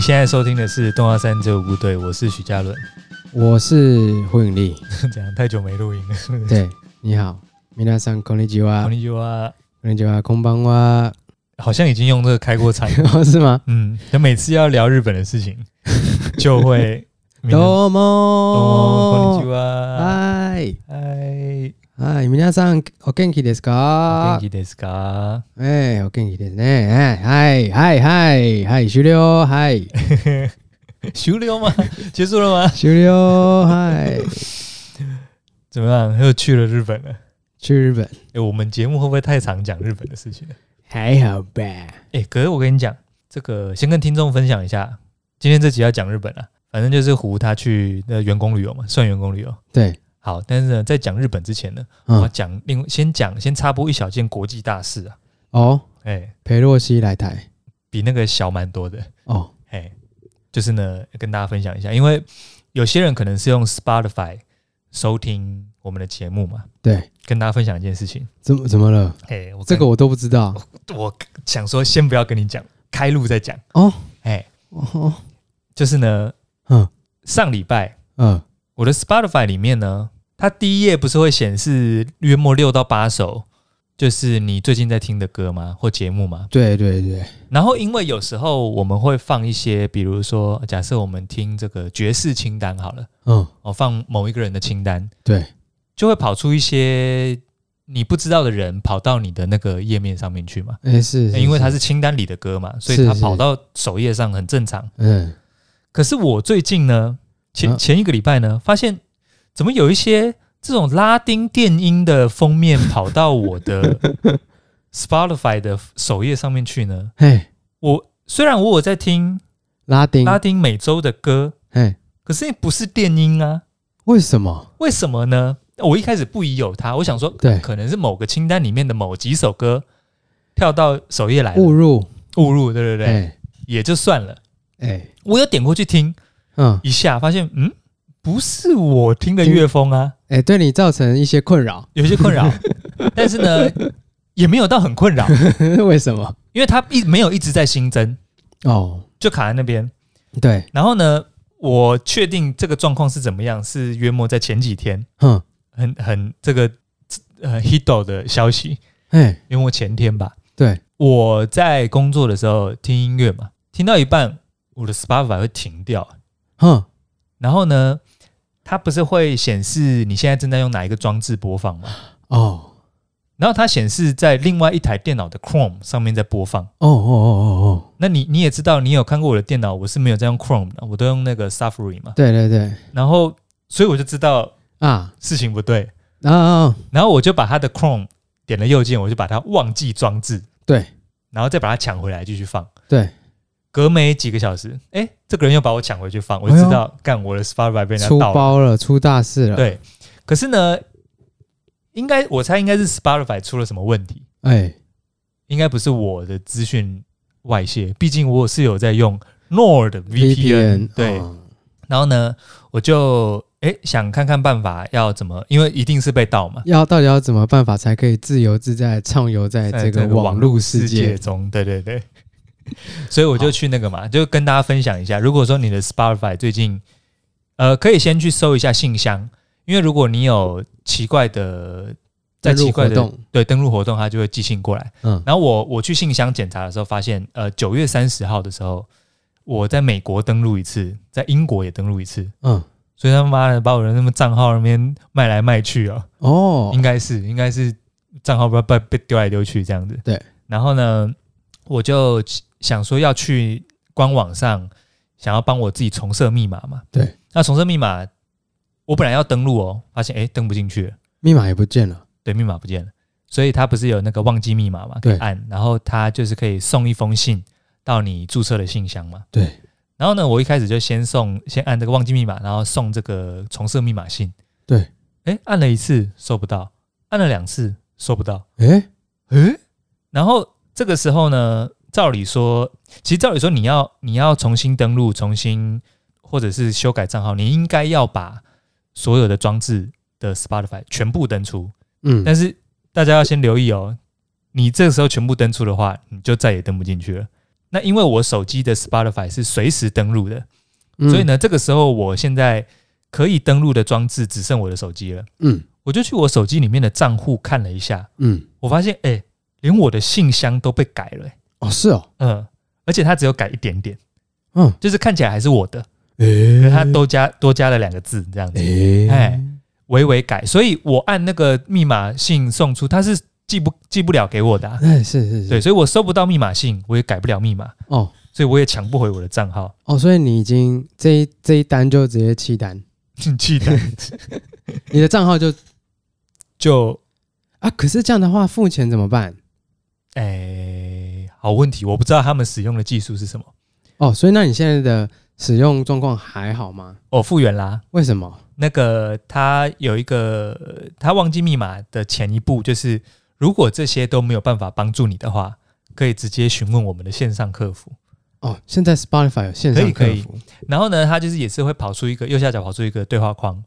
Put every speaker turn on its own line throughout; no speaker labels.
现在收听的是《动画三支舞部队》，我是许嘉伦。
我是胡永利，
这样太久没录音了，是不是？
对，你好，皆さんこんにち
こ
は
ん，にちは，
こんにちは，こんばんは，
好像已经用这个开过场。
是吗？
嗯，那每次要聊日本的事情，就会
どう
哦，こんにち
も，
は，
はい、
嗨，
はい、皆さんお元気です
元
か？
気です か？
哎，お元気ですね。哎はい、はい、はい、はい、終了、はい、
休了吗？ 结束了吗？
終了、はい。
怎么样？又去了日本了？
去日本
哎、我们节目会不会太常讲日本的事情了？
还好吧？
哎、可是我跟你讲，这个先跟听众分享一下，今天这集要讲日本啊，反正就是胡他去的员工旅游嘛，算员工旅游。
对，
好，但是呢，在讲日本之前呢，我要
嗯，
讲另先讲先插播一小件国际大事啊，
哦，
哎、
佩洛西来台，
比那个小蛮多的，
哦，
哎、就是呢跟大家分享一下，因为有些人可能是用 Spotify 收听我们的节目嘛，
对，
跟大家分享一件事情，
怎么怎么了？
哎、我
这
跟
个我都不知道。
我想说先不要跟你讲，开路再讲
哦，
哎、
哦，
就是呢，
嗯
上礼拜
嗯，
我的 Spotify 里面呢，它第一页不是会显示约莫六到八首，就是你最近在听的歌吗？或节目吗？
对对对，
然后因为有时候我们会放一些，比如说假设我们听这个爵士清单好了，
嗯，
哦，放某一个人的清单，
对，
就会跑出一些你不知道的人跑到你的那个页面上面去嘛。
哎是，
因为它是清单里的歌嘛，所以
是
它
是
跑到首页上很正常。
嗯，
可是我最近呢，前、
啊
前一个礼拜呢，发现怎么有一些这种拉丁电音的封面跑到我 的 Spotify 的首页上面去呢？
嘿，
我虽然我有在听
拉丁，
拉丁美洲的歌，
嘿，
可是不是电音啊？
为什么？
为什么呢？我一开始不疑有他，我想说
对，
可能是某个清单里面的某几首歌跳到首页来了
误入，
误入，对对对，
哎
也就算了。
哎，
我有点过去听
嗯，
一下，发现嗯，不是我听的乐风啊。
哎，对你造成一些困扰，
有一些困扰，但是呢，也没有到很困扰，
为什么？
因为它一没有一直在新增，
哦，
就卡在那边。
对，
然后呢，我确定这个状况是怎么样，是约莫在前几天，
哼，
很很这个呃 Hido 的消息，
哎，
约莫前天吧。
对，
我在工作的时候听音乐嘛，听到一半，我的 Spotify 会停掉，
哼，
然后呢，它不是会显示你现在正在用哪一个装置播放吗？
哦，
然后它显示在另外一台电脑的 Chrome 上面在播放。
哦哦哦哦
那你你也知道，你有看过我的电脑，我是没有在用 Chrome 的，我都用那个 Safari 嘛
哦，。对对对，
然后，所以我就知道
啊
事情不对，
啊啊，
然后我就把它的 Chrome 点了右键，我就把它忘记装置，
对，
然后再把它抢回来继续放。
对，
隔没几个小时，哎，这个人又把我抢回去放，我就知道、干我的 Spotify 被人家
哎出
盗了。
包了，出大事了，，
对，可是呢，应该我猜应该是 Spotify 出了什么问题，
哎，
应该不是我的资讯外泄，毕竟我是有在用 Nord VPN，对。
哦
然后呢，我就哎想看看办法要怎么，因为一定是被盗嘛，
要到底要怎么办法才可以自由自在地畅游在
在
这个网络世界？
中，对对对。 所以我就去那个嘛，就跟大家分享一下。如果说你的 Spotify 最近，呃，可以先去搜一下信箱，因为如果你有奇怪的，在
登录
奇怪
活
的
动，
对登录活动，它就会寄信过来。
嗯，
然后我我去信箱检查的时候，发现呃九月三十号的时候，我在美国登录一次，在英国也登录一次，
嗯，
所以他妈的把我的那么账号那边卖来卖去啊，
哦
应，该是应该是账号被被被丢来丢去这样子。
对，
然后呢，我就想说要去官网上想要帮我自己重设密码嘛。
对，
那重设密码我本来要登录哦，发现哎登不进去了。
密码也不见了，
对，密码不见了，所以它不是有那个忘记密码嘛？可以
对
按，然后它就是可以送一封信到你注册的信箱嘛。
对，
然后呢，我一开始就先送，先按这个忘记密码，然后送这个重设密码信。
对，
哎，按了一次收不到，按了两次收不到，
哎，
诶，然后这个时候呢，照理说，其实照理说你要你要重新登录，重新或者是修改账号，你应该要把所有的装置的 Spotify 全部登出。
嗯，
但是大家要先留意哦，你这个时候全部登出的话，你就再也登不进去了。那因为我手机的 Spotify 是随时登录的，
嗯
所以，呢，这个时候我现在可以登录的装置只剩我的手机了。
嗯
我就去我手机里面的账户看了一下，
嗯，
我发现，哎、连我的信箱都被改了、欸
哦，是哦，
嗯，而且它只有改一点点，
嗯，
就是看起来还是我的，
诶、
可是它都加多加了两个字这样子，
诶、
哎微微改。所以我按那个密码信送出，它是寄不寄不了给我的啊、
哎，是是是，
对，所以我收不到密码信，我也改不了密码，
哦
所以我也抢不回我的账号。
哦，所以你已经这一这一单就直接弃单，
气的
你的账号就
就
啊，可是这样的话付钱怎么办？
哎、好问题，我不知道他们使用的技术是什么。
哦，所以那你现在的使用状况还好吗？
哦，复原啦，
为什么？
那个他有一个呃他忘记密码的前一步，就是如果这些都没有办法帮助你的话，可以直接询问我们的线上客服。
哦，现在 Spotify 有线
可以
上
可
客
以
服，
然后呢，他就是也是会跑出一个右下角跑出一个对话框，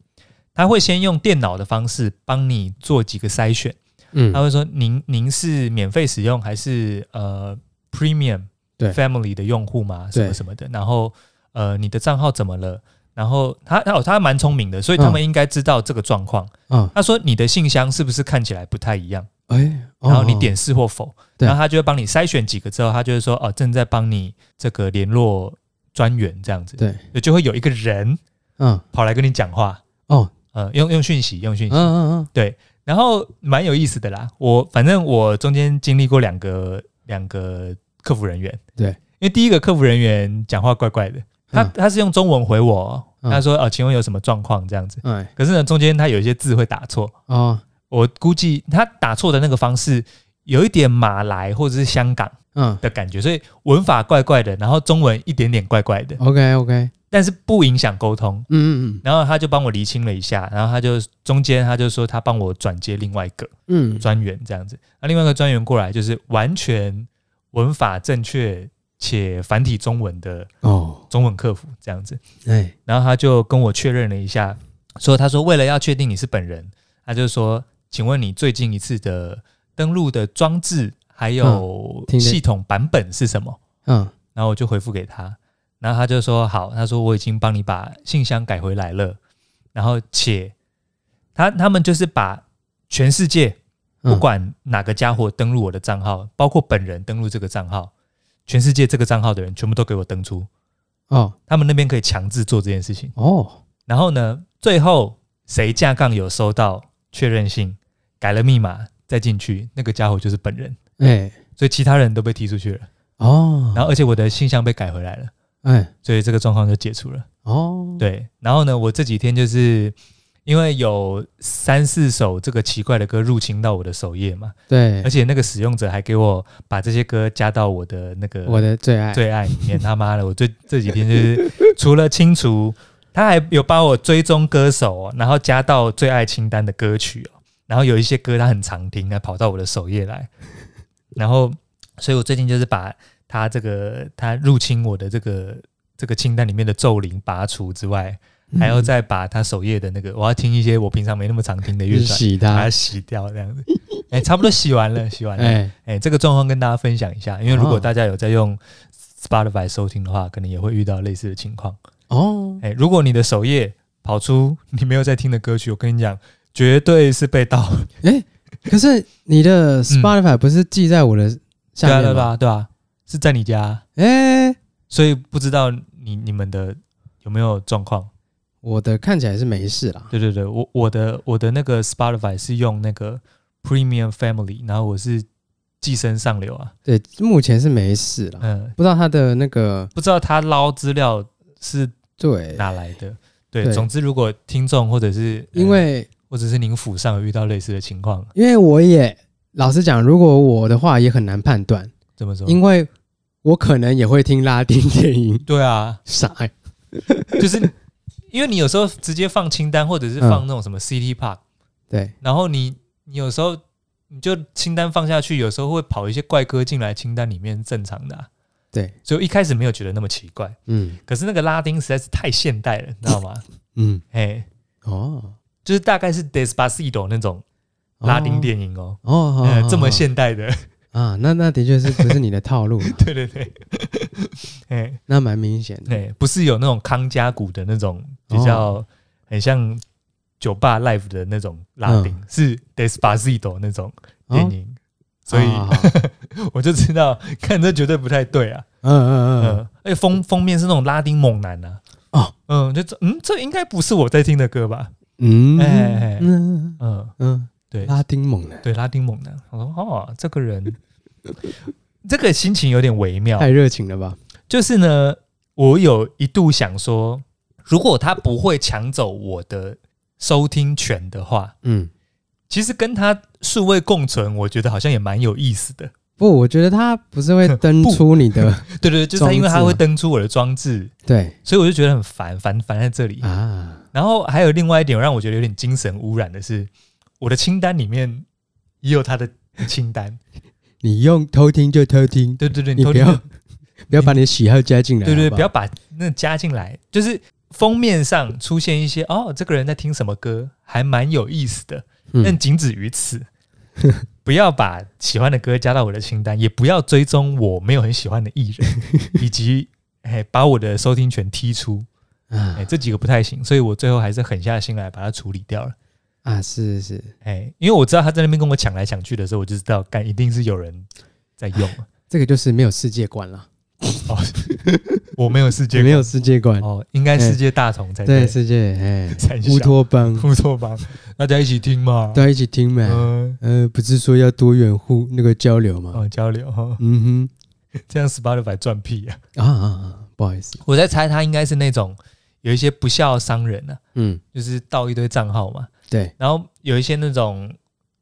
他会先用电脑的方式帮你做几个筛选，
嗯
他会说您您是免费使用还是呃 Premium
对
Family 的用户吗？什
对
么什么的，然后呃你的账号怎么了？然后他哦他蛮聪明的，所以他们应该知道这个状况。
啊，
他说你的信箱是不是看起来不太一样？
哎、哦
然后你点是或否，
对
然后他就会帮你筛选几个之后，他就会说哦，正在帮你这个联络专员这样子，
对，
就会有一个人
嗯
跑来跟你讲话，
哦，
呃，用用讯息，用讯
嗯
息，
嗯嗯，
然后蛮有意思的啦。我反正我中间经历过两个两个客服人员，
对
因为第一个客服人员讲话怪怪的，他、
嗯
他是用中文回我，
嗯
他说哦，请问有什么状况这样子，
哎
可是呢中间他有一些字会打错，
哦
我估计他打错的那个方式有一点马来或者是香港
嗯
的感觉，所以文法怪怪的，然后中文一点点怪怪的，
，OK OK，
但是不影响沟通。
嗯嗯嗯
然后他就帮我厘清了一下，然后他就中间他就说他帮我转接另外一个
嗯嗯，
专员这样子，那另外一个专员过来就是完全文法正确且繁体中文的
哦，
中文客服这样子。
哎
然后他就跟我确认了一下，说他说为了要确定你是本人，他就说，请问你最近一次的登录的装置还有
听得
系统版本是什么？
嗯
然后我就回复给他，然后他就说好，他说我已经帮你把信箱改回来了，然后且他他们就是把全世界
嗯
不管哪个家伙登录我的账号，包括本人登录这个账号，全世界这个账号的人全部都给我登出，
哦
他们那边可以强制做这件事情。
哦
然后呢，最后谁架杠有收到确认信，改了密码再进去，那个家伙就是本人，
哎
所以其他人都被踢出去了。
哦，
然后而且我的信箱被改回来了，
哎
所以这个状况就解除了。
哦，
对，然后呢，我这几天就是因为有三四首这个奇怪的歌入侵到我的首页嘛，
对
而且那个使用者还给我把这些歌加到我的那个
我的最爱，
最爱里面，他妈的，我最这几天就是除了清除，他还有把我追踪歌手、哦，然后加到最爱清单的歌曲哦，然后有一些歌他很常听，还跑到我的首页来，然后，所以我最近就是把他这个他入侵我的这个这个清单里面的咒灵拔除之外，
嗯
还要再把他首页的那个我要听一些我平常没那么常听的乐
日
团，
洗
把
它
它，洗掉这样子， 哎、差不多洗完了，洗完了。
哎
哎、这个状况跟大家分享一下，因为如果
哦
大家有在用 Spotify 收听的话，可能也会遇到类似的情况。
哦，
哎、如果你的首页跑出你没有在听的歌曲，我跟你讲，绝对是被盗。
可是你的 Spotify 不是记在我的
对
下
啊，
面
对
吗？
吧？ 对啊，是在你家，
哎，
所以不知道你你们的有没有状况？
我的看起来是没事啦，
对对对，我我的我的那个 Spotify 是用那个 Premium Family，然后我是寄生上流啊，
对，目前是没事啦，
嗯，
不知道他的那个
不知道他捞资料是
对，
哪来的。对，
对
总之，如果听众或者是
因
呃
为
或者是您府上有遇到类似的情况，
因为我也老实讲，如果我的话也很难判断，
怎么说？
因为我可能也会听拉丁电音，
对啊，
傻欸，
就是因为你有时候直接放清单，或者是放
嗯
那种什么 City Park，、
对，
然后你你有时候你就清单放下去，有时候会跑一些怪歌进来清单里面，正常的、啊。
对，
所以我一开始没有觉得那么奇怪，
嗯
可是那个拉丁实在是太现代了，你知道 吗？
嗯，
哎，
哦，
就是大概是 Despacito 那种拉丁电影哦，
哦，哦，
呃
哦，
这么
哦
现代的，
啊，那那的确是不是你的套路啊，
对对对，哎
那蛮明显的。
哎，不是有那种康佳谷的那种
哦
比较很像酒吧 live 的那种拉丁，
嗯
是 Despacito 那种电影，所以
哦啊好好
我就知道看这绝对不太对啊。
嗯嗯嗯，
嗯，而且封封面是那种拉丁猛男啊。
哦，
嗯，就这，嗯，这应该不是我在听的歌吧？
嗯
哎
嗯
嗯，
嗯，
对，
拉丁猛男
对，拉丁猛男。我说哦，这个人，这个心情有点微妙
太。热情了吧？
就是呢，我有一度想说，如果他不会抢走我的收听权的话，
嗯，
其实跟他数位共存，我觉得好像也蛮有意思的。
不，我觉得他不是会 登
不
出你的，
对对对，就是他因为他
装置啊
会登出我的装置，
对
所以我就觉得很烦，烦烦在这里。
啊，
然后还有另外一点让我觉得有点精神污染的是，我的清单里面也有他的清 单。
你用偷听就偷听，
对对对，
你
偷
不
听
要
的
不要把你的喜好加进来，
对对，
好
不
好
要把那加进来，就是封面上出现一些哦，这个人在听什么歌，还蛮有意思的，但
嗯
仅止于此。 不要把喜欢的歌加到我的清单，也不要追踪我没有很喜欢的艺人，以及哎把我的收听权踢出，哎
啊
这几个不太行，所以我最后还是狠下心来把它处理掉了。
啊，是是是，
哎，因为我知道他在那边跟我抢来抢去的时候，我就知道干一定是有人在用了，
这个就是没有世界观了，
我没有世界
没
观
有世界观，
哦，应该世界大同才
对世界，哎，
才
乌托邦，
乌托邦，大家一起听嘛。
大家一起听嘛，
嗯，
呃，不是说要多元互那个交流吗？
哦，交流哈，
嗯
这样 Spotify 赚屁啊！
哼，啊啊啊，不好意思，
我在猜他应该是那种有一些不孝商人啊，
嗯，
就是盗一堆账号嘛，
对，
然后有一些那种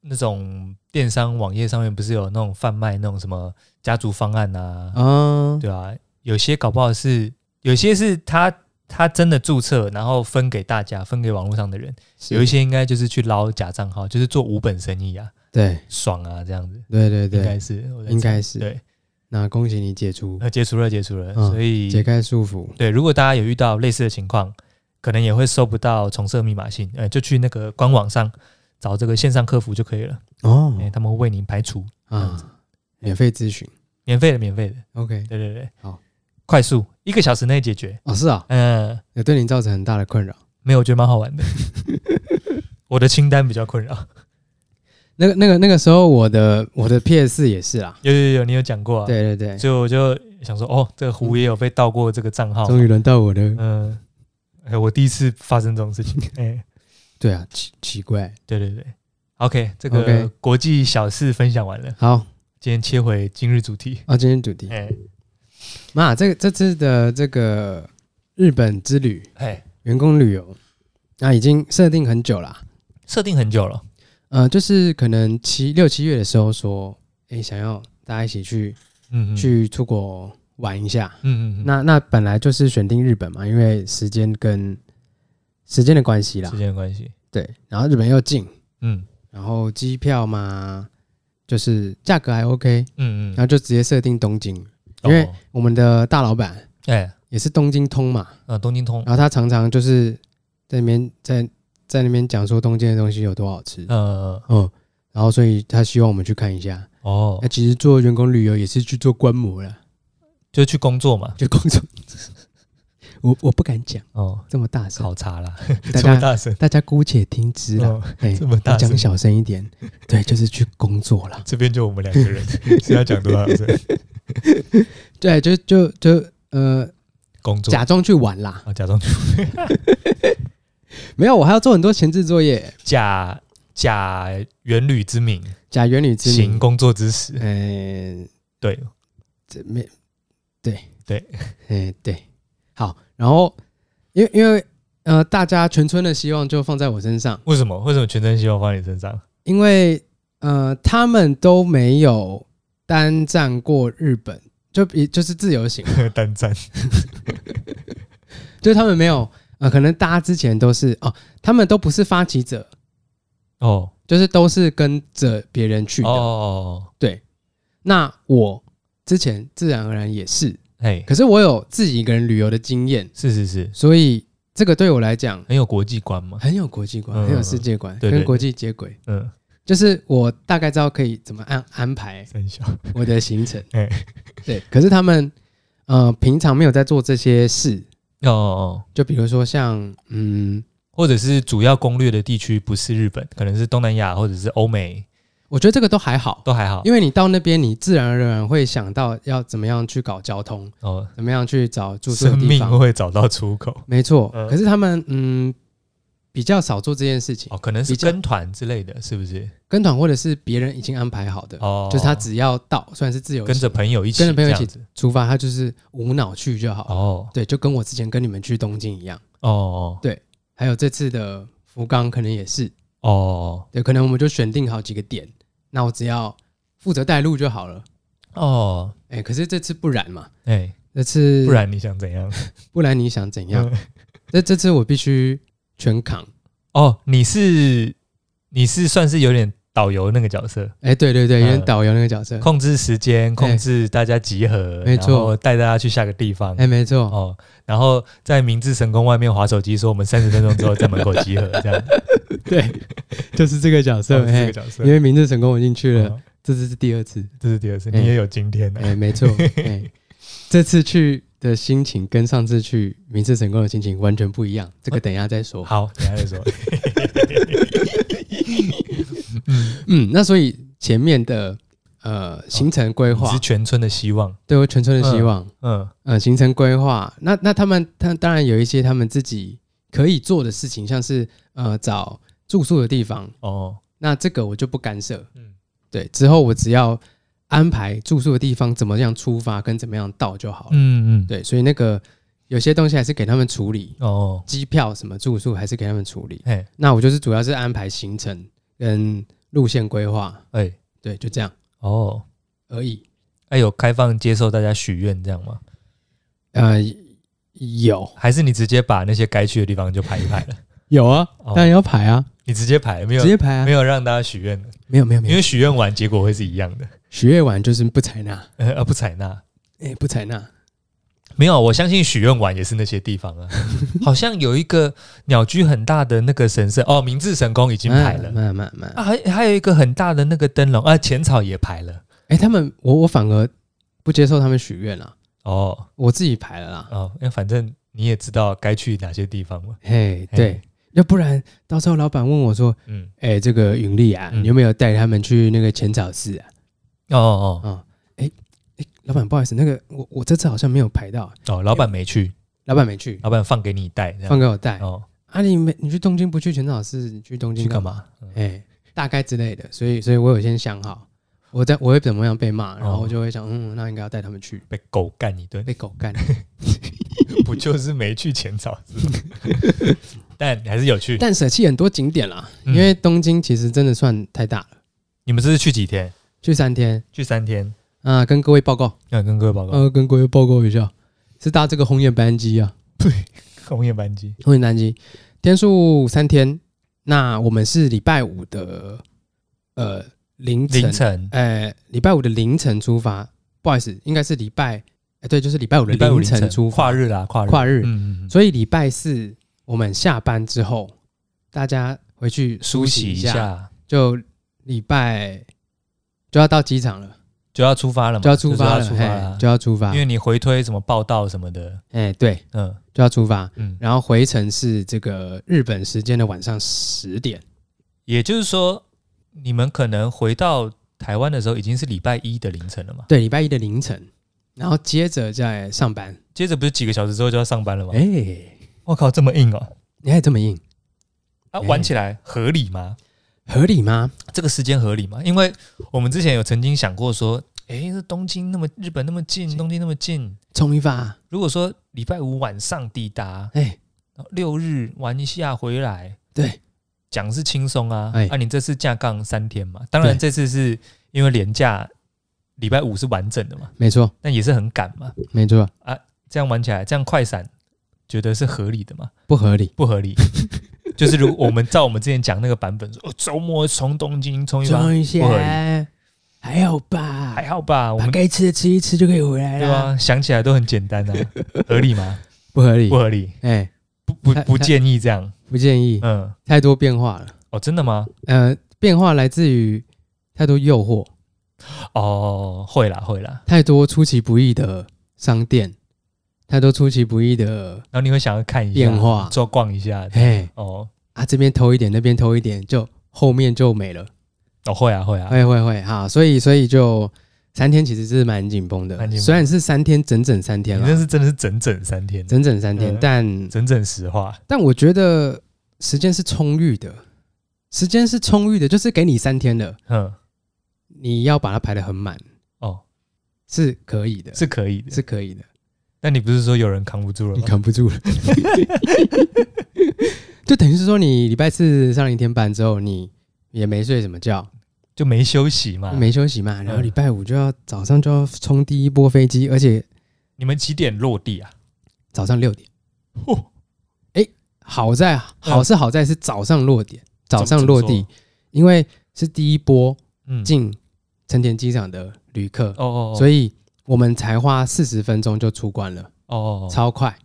那种电商网页上面不是有那种贩卖那种什么家族方案啊，
啊，
对啊，有些搞不好是有些是他他真的注册，然后分给大家，分给网络上的人，
是
有一些应该就是去捞假账号，就是做无本生意啊，
对
爽啊这样子，
对对
应该
对，
是我在
应
猜
该是，
对，呃
那恭喜你解除
那解除了解除了，
嗯
所以
解开束缚，
对，如果大家有遇到类似的情况，可能也会收不到重设密码信，呃，就去那个官网上找这个线上客服就可以了，
哦
哎、他们会为您排除，这样子
啊，免费咨询
免费的，免费的，
，OK，
对对对，
好，
快速一个小时内解决，
哦是啊，
嗯、
有对你造成很大的困扰。
没有，我觉得蛮好玩的。 我的清单比较困扰，
那个那个那个时候，我的我的 PS 也是啊，
有有有，你有讲过啊？，
对对对，
所以我就想说，哦，这个胡也有被盗过这个账号，
终于轮到我的，
嗯、哎，我第一次发生这种事 情，哎、
对啊，奇奇怪，
对对对，OK，这个
OK
国际小事分享完了，
好，
今天切回今日主题，
啊，今天主题，
哎
妈，这这次的这个日本之旅，
哎，
员工旅游，那、已经设定很久啦、
设定很久了，
呃，就是可能七六七月的时候说，哎、想要大家一起去
嗯嗯
去出国玩一下。
嗯嗯嗯，
那那本来就是选定日本嘛，因为时间跟时间的关系啦
时。间的关系，
对，然后日本又近，
嗯
然后机票嘛，就是价格还 OK，
嗯嗯，
然后就直接设定东京。因为
哦
我们的大老板
哎，
也是东京通嘛，
呃，东京通，
然后他常常就是在那边在在那边讲说东京的东西有多好吃，
呃，
嗯，然后所以他希望我们去看一下。
哦
那、，其实做员工旅游也是去做观摩啦，
就去工作嘛，
就工作。 我我不敢讲
哦，
这么大声，
考察啦，
大
这么
家
大声，
大家姑且听之啦。
哦，
哎、
这么大
我
声
讲，小声一点， 对，就是去工作啦。
这边就我们两个 人，是要讲多少声？
对，就就就呃，
工作，
假装去玩啦。
啊，假装去
没有，我还要做很多前置作业，
假假元旅之名，
假原理之
行
名。
工作之实，
嗯、
对，
这没对
对，
哎、对，好。然后因为因为呃，大家全村的希望就放在我身上。
为什么？为什么全身希望放在你身上？
因为呃，他们都没有单战过日本，就比就是自由行，
单战，
就是他们没有呃，可能大家之前都是哦，他们都不是发起者，
哦
就是都是跟着别人去
哦
的。
哦，
那我之前自然而然也是，
哎，
可是我有自己一个人旅游的经验，
是是是，
所以这个对我来讲
很有国际观嘛，
很有国际观，
嗯
很有世界观，
对对
跟国际接轨。
嗯，
就是我大概知道可以怎么安安排
三小，
我的行程
哎。
对，可是他们呃平常没有在做这些事，
哦哦，
就比如说像嗯，
或者是主要攻略的地区不是日本，可能是东南亚或者是欧美，
我觉得这个都还好，
都还好。
因为你到那边，你自然而然会想到要怎么样去搞交通，
哦，
怎么样去找住宿的
生
地
命
方，
会找到出口。
没错。
嗯
可是他们嗯比较少做这件事情，
哦，可能是
比较
跟团之类的，是不是？
跟团或者是别人已经安排好的，
哦，
就是他只要到，虽然是自由行
跟着朋友一起，
跟着朋友一起
这样子
出发，他就是无脑去就好了。
哦
对，就跟我之前跟你们去东京一样，
哦哦
还有这次的福冈可能也是，
哦哦
对，可能我们就选定好几个点，那我只要负责带路就好了。
哦，
哎、可是这次不然嘛，
哎，
这次
不然你想怎样？
不然你想怎样？
嗯
这这次我必须全扛。
哦，你是你是算是有点导游那个角色，
哎、对对对，有点
嗯
导游那个角色。
控制时间，控制大家集合，
没错
然后带大家去下个地方。
哎、没错，
哦，然后在明治神宫外面划手机，说我们三十分钟之后在门口集合， 这样
对，就是这个角
这
色。
样是这
哎、
个角色
因。为明治成功我进去了，
哦
这次是第二次。
这是第二次，
哎
你也有今天啊的
哎、没错。哎、 这次去的心情跟上次去明治成功的心情完全不一样，这个等一下再说。
好，等一下再 说。
嗯，那所以前面的呃行程规
你
划，
是全村的希望，
对我全村的希望，
嗯，
呃，行程规划，那那他们他当然有一些他们自己可以做的事情，像是呃找住宿的地方，
哦，
那这个我就不干涉，
嗯
嗯，对，之后我只要安排住宿的地方怎么样出发跟怎么样到就好了，
嗯嗯，
对，所以那个有些东西还是给他们处理，
哦，
机票什么住宿还是给他们处理，
哎
那我就是主要是安排行程跟路线规划，
哎，
对，就这样
哦，
而已，
哎，有开放接受大家许愿这样吗？
呃，有
还是你直接把那些该去的地方就排一排 了？
有啊，
哦
当然要排啊，
你直接排，没有
直接排啊
哦没，有让大家许愿的，
没有没有没有
因。为许愿完结果会是一样的，
许愿完就是不采纳，
呃，呃不采纳。
哎、不采纳。
没有，我相信许愿完也是那些地 方啊，好像有一个鸟居很大的那个神社哦，明治神宫已经排了
慢慢慢。哎、
啊，还还有一个很大的那个灯笼啊，浅草也排了
诶他们我我反而不接受他们许愿啦，
哦
我自己排了啦。
哦，因为反正你也知道该去哪些地方嘛，
嘿，
嘿
对，要不然到时候老板问我说
嗯，：“
哎、这个云丽啊，
嗯
你有没有带他们去那个浅草寺啊
哦哦？”
啊、哎、哎、老板不好意思，那个我我这次好像没有排到，啊
哦，老板没去，
老板没去，
老板放给你带这
放
样
给我带。
哦，
啊，你没你去东京不去浅草寺，你去东京
去干
嘛？
嘛？嗯
哎、大概之类的，所以所以我有先想好，我在我会怎么样被骂，
哦
然后我就会想，嗯，那应该要带他们去
被狗干一顿，
被狗干。
不就是没去浅草寺吗？ 但还是有去。
但舍弃很多景点啦，
嗯
因为东京其实真的算太大了，
你们这是去几天？
去三天
去三天。嗯
啊、跟各位报告，
要跟各位报告，
呃，跟各位报告一下，是搭这个红眼班机啊，
红叶班机
红眼班机天数三天，那我们是礼拜五的呃凌晨，
凌晨，
呃，礼拜五的凌晨出发，不好意思，应该是礼拜，哎，对，就是礼拜五的
礼拜五
凌
凌晨
出发，
跨日啦，跨日，
跨日，
嗯嗯嗯，
所以礼拜四我们下班之后，大家回去
梳
梳
洗
洗
一
一下。
下
就礼拜就要到机场了，
就要出发了嘛，
就要出
就
发了，
是要出发了
嘿，就要出发
因。为你回推什么报道什么的，
哎，对，
嗯
就要出发。
嗯，
然后回程是这个日本时间的晚上十点，
也就是说，你们可能回到台湾的时候已经是礼拜一的凌晨了嘛，
对，礼拜一的凌晨。然后接着再上班。
接着不是几个小时之后就要上班了吗？
哎，
我靠，这么硬哦，
你还这么硬，
啊，
哎
玩起来合理吗？
合理吗？
这个时间合理吗？因为我们之前有曾经想过说，诶，这东京那么日本那么近，东京那么近，
冲一发，
如果说礼拜五晚上抵达，
哎，
然后六日玩一下回来，
对，
讲是轻松啊。
哎
啊，你这次架杠三天嘛，当然
对
这次是因为连假，礼拜五是完整的嘛，
没错，
但也是很赶嘛。
没错，
这样玩起来，这样快闪，觉得是合理的嘛？
不合理。
不合理。 就是如果我们照我们之前讲那个版本说，哦，周末从东京冲一发，
一
不合
下，还好吧
还好吧？我们
该吃的吃一吃就可以回来
对啊，想起来都很简 单啊，合理吗？
不合理
不，合理，
哎，
不不
他
不
他
建议这样。
不建议，
嗯，
太多变化了。
哦，真的吗？
呃，变化来自于太多诱惑，
哦，会啦会啦，
太多出其不意的商店，它都出其不意的，
然后你会想要看一下
变化
做逛一下
嘿
哦，
啊，这边偷一点，那边偷一点，就后面就没了。
哦会啊会啊，
会会会，好，所以所以就三天其实是蛮紧绷的
蛮，紧绷
虽然是三天，整整三天
你那
了，
是真的是整整三天，
整整三天
嗯，
但
整整实话，
但我觉得时间是充裕的，时间是充裕的，就是给你三天了，
嗯，
你要把它排得很满
哦
是可以的，
是可以的。
是可以的，
但你不是说有人扛不住了
你
吗？
扛不住了， 就等于是说你礼拜四上了一天班之后，你也没睡什么觉，
就没休息嘛？
没休息嘛，然后
嗯
礼拜五就要早上就要冲第一波飞机，而且
你们几点落地啊？
早上六点。
哦，
好在好是好在是早上落点，早上落
嗯怎么
地，因为是第一波
嗯，
进成田机场的旅客，
哦哦，
所
以
以我们才花四十分钟就出关了，
哦哦哦
超快，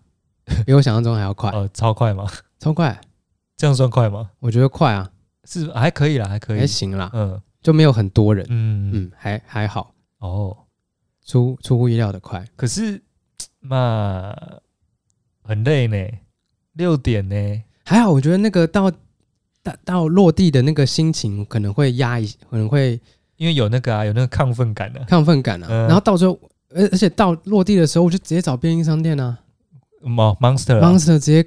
比我想象中还要快，
哦超快吗？
超快，
这样算快吗？
我觉得快啊，
是还可以啦，还可以
还，行啦，
嗯
就没有很多人，
嗯嗯
嗯，还还好，
哦。
出出乎意料的快，
可是嘛，很累呢，六点呢，
还好，我觉得那个到。到到落地的那个心情可能会压一，可能会
因为有那个啊，有那个亢奋感的、啊。
亢奋感啊。
嗯
然后到时候，而而且到落地的时候，我就直接找便利商店啊。
哦，Monster 啊
Monster 直接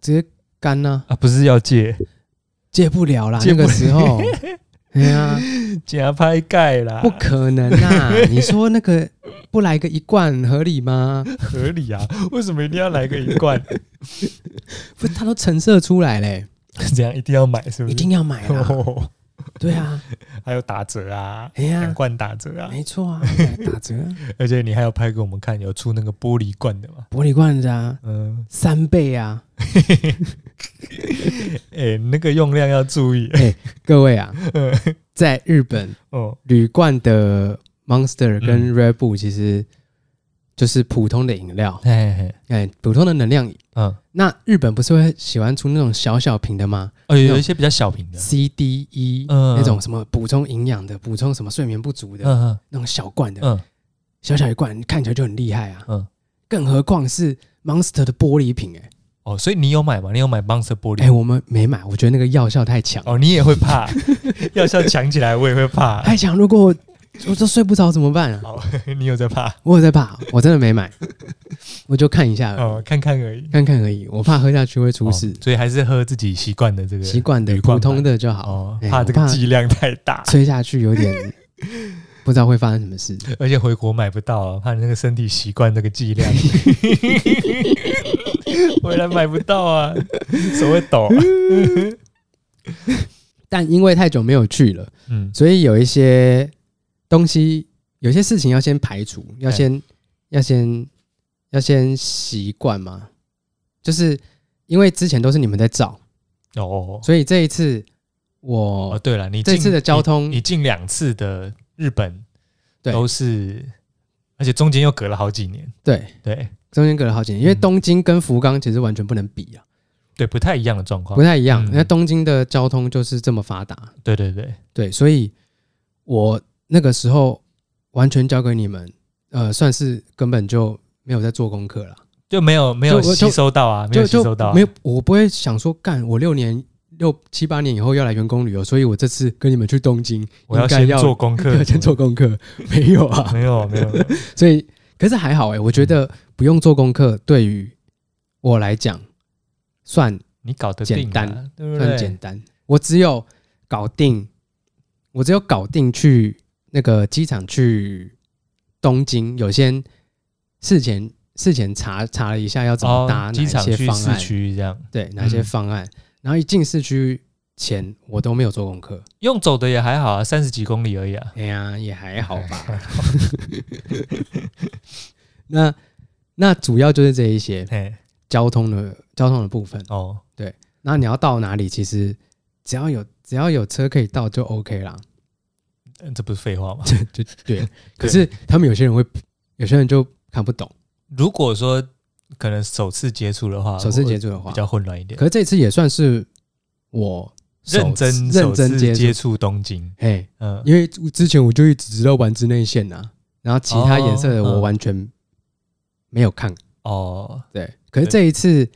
直接干呐、
啊不是要戒，
戒不了啦，
戒不
那
了
个时 候，哎呀，
假拍盖啦，
不可能 啊！你说那个不来个一罐合理吗？
合理啊！为什么一定要来个一罐？
不，它都橙色出来嘞，
这样一定要买是不是？
一定要买啊！
嗯 哦，
对啊，
还有打折啊，
哎
两
呀，
罐打折啊，
没错啊，打折
而且你还有拍给我们看，有出那个玻璃罐的嘛？
玻璃罐子啊，
嗯，
三倍啊！
哎、那个用量要注意
各位啊，在日本
哦。
铝罐的 Monster 跟
嗯
Red Bull 其实就是普通的饮料，
嘿嘿嘿，
哎，普通的能量饮。
嗯，
那日本不是会喜欢出那种小小瓶的吗？
哦，有有一些比较小瓶的，
CDE、
嗯
那种什么补充营养的、补充什么睡眠不足的、
嗯
那种小罐的，
嗯
小小一罐，看起来就很厉害啊。
嗯嗯，
更何况是 Monster 的玻璃瓶、欸，哎、
哦，所以你有买吗？你有买 Monster 玻璃？
我们没买，我觉得那个药效太强，
哦，你也会 怕，要是要抢起来，我也会怕。
太强。如果我我都睡不着怎么办啊？
好， 你有在怕？
我有在怕，我真的没 买，我就看一下而已
哦，看看而已，
看看而已，我怕喝下去会出
哦
事。
所以还是喝自己习惯的这个
习惯的
铝罐
普
版
通的就好，
哦，
哎
怕
我
这个
怕
剂量太大，
吹下去有点 不知道会发生什么事。
而且回国买不到啊，怕你那个身体习惯这个剂 量，回来买不到啊，手会抖。啊
但因为太久没有去了。
嗯，
所以有一些东西，有些事情要先排除，要
哎
先、要先要先习惯嘛。就是因为之前都是你们在照，
哦
所以这一次我、
哦，对了，你
这
进
次的交通
你，你进两次的日本
对
都是，而且中间又隔了好几年，
对
对
中间隔了好几年，因为
嗯
东京跟福冈其实完全不能比啊，
对，不太一样的状况
不。太一样。
嗯
那、东京的交通就是这么发达，
对对对，
对，所以我那个时候完全交给你们，呃，算是根本就没有在做功课了。
就没有没有
就
吸收到啊，没有
就
吸
就
收到啊，
没有，我不会想说干，我六年六七八年以后要来员工旅游，所以我这次跟你们去东京，
我要
应该
先
要
做功课 嗯
要，先做功课，没有啊，
没有没有，没有
所以可是还好哎、我觉
嗯
得不用做功课，对于我来讲算
你搞得定啊
简单，
对不
算简
对？
单，我只有搞定，我只有搞定去那个机场去东京，有些事前事前查查了一下要怎么搭
哦，
哪
机
一
场
些
去
方
市
案。
区这样，
对哪些
嗯
方案，然后一进市区前我都没有做功课，
用走的也还好啊，三十几公里而已啊。
哎呀也还好
哎
吧。那那主要就是这一些
嘿，
交通的交通的部分，
哦，
那你要到哪里，其实只要有只要有车可以到就 OK 啦，
呃这不是废话吗？
就 对。可是他们有些人会，有些人就看不懂，
如果说可能首次接触的话，
首次接
触
触的话
啊比，较混乱一点
可。是这次也算是我首
认真
认真
首次接
接触，
触东京，
哎，
嗯，
因为之前我就一直知道玩之内线啊，然后其他颜色的
哦
我
嗯
完全没有看
哦，
对，可是这一次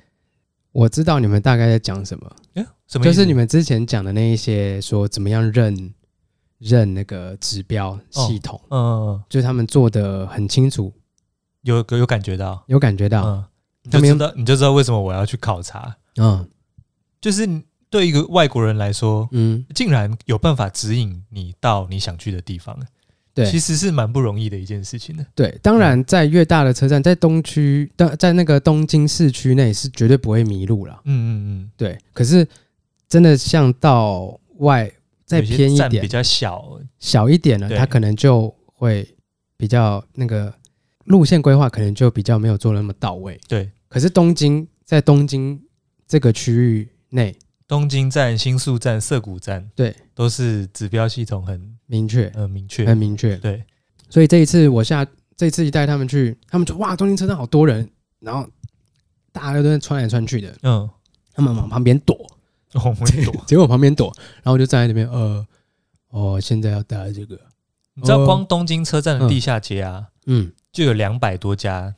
我知道你们大概在讲什么，
诶什么意
就
思？
是你们之前讲的那一些说怎么样认认那个指标系统，
嗯、嗯
就是他们做的很清楚，
有有有感觉到，
有感觉到，
嗯，你
啊他
就
们有
知道你就知道为什么我要去考察，
嗯
就是对一个外国人来说，
嗯，
竟然有办法指引你到你想去的地方，
对
其实是蛮不容易的一件事情的。
对，当然在越大的车站，在东区，在在那个东京市区内是绝对不会迷路了，
嗯嗯嗯，
对，可是真的像到外再
有些
偏一
站
点
比，较小，
小一点了，
对
它可能就会比较那个路线规划可能就比较没有做得那么到位。
对，
可是东京在东京这个区域内
东京站、新宿站、涩谷站，
对，
都是指标系统很
明确
很明确。
很明确，
对，
所以这一次我下这一次一带他们去，他们就哇东京车站好多人，然后大家都在穿来穿去的，
嗯，
他们往旁边躲，
我们懂。
结果往旁边躲，然后我就站在那边呃。哦，现在要搭这个，
你知道
哦
光东京车站的地下街啊，
嗯
就有两百多家。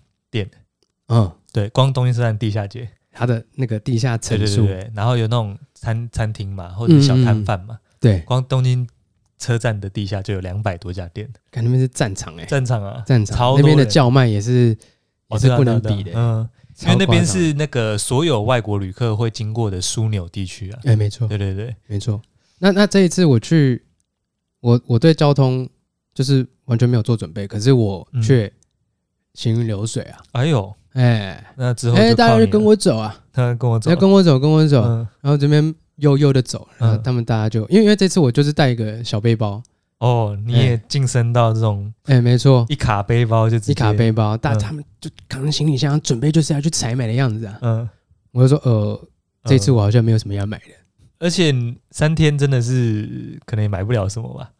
嗯，
对，光东京车站地下街，
它的那个地下
对
层
对对
数，
对，然后有那种餐餐厅嘛，或者小摊贩嘛，
对，
光东京车站的地下就有两百多家店，
看那边是战场哎，
战场啊，哦
战场
超多
那边的
人
叫卖也是
我
也
知
是
道
不能
知道
比的，
嗯，因为
超
那边
夸张
是那个所有外国旅客会经过的枢纽地区啊。
哎、没错
对对对，
没错。那那这一次我去，我我对交通就是完全没有做准备，可是我
嗯
却行云流水啊，
哎呦，
哎、
那之
哎、
后就
大
靠
家
你
就
了
跟我走啊，
他 跟我走，
要跟我走，跟我走，
嗯
然后这边悠悠的走，然后
嗯
他们大家就因为因为这次我就是带一个小背包，
哦，你也晋升到这种
哎、没错，
一卡背包就直接
一卡，背包，大、
嗯
他们就扛着行李箱准备就是要去采买的样子啊，
嗯，
我就说呃， 这次
嗯，
我好像没有什么要买的，
而且三天真的是可能也买不了什么吧，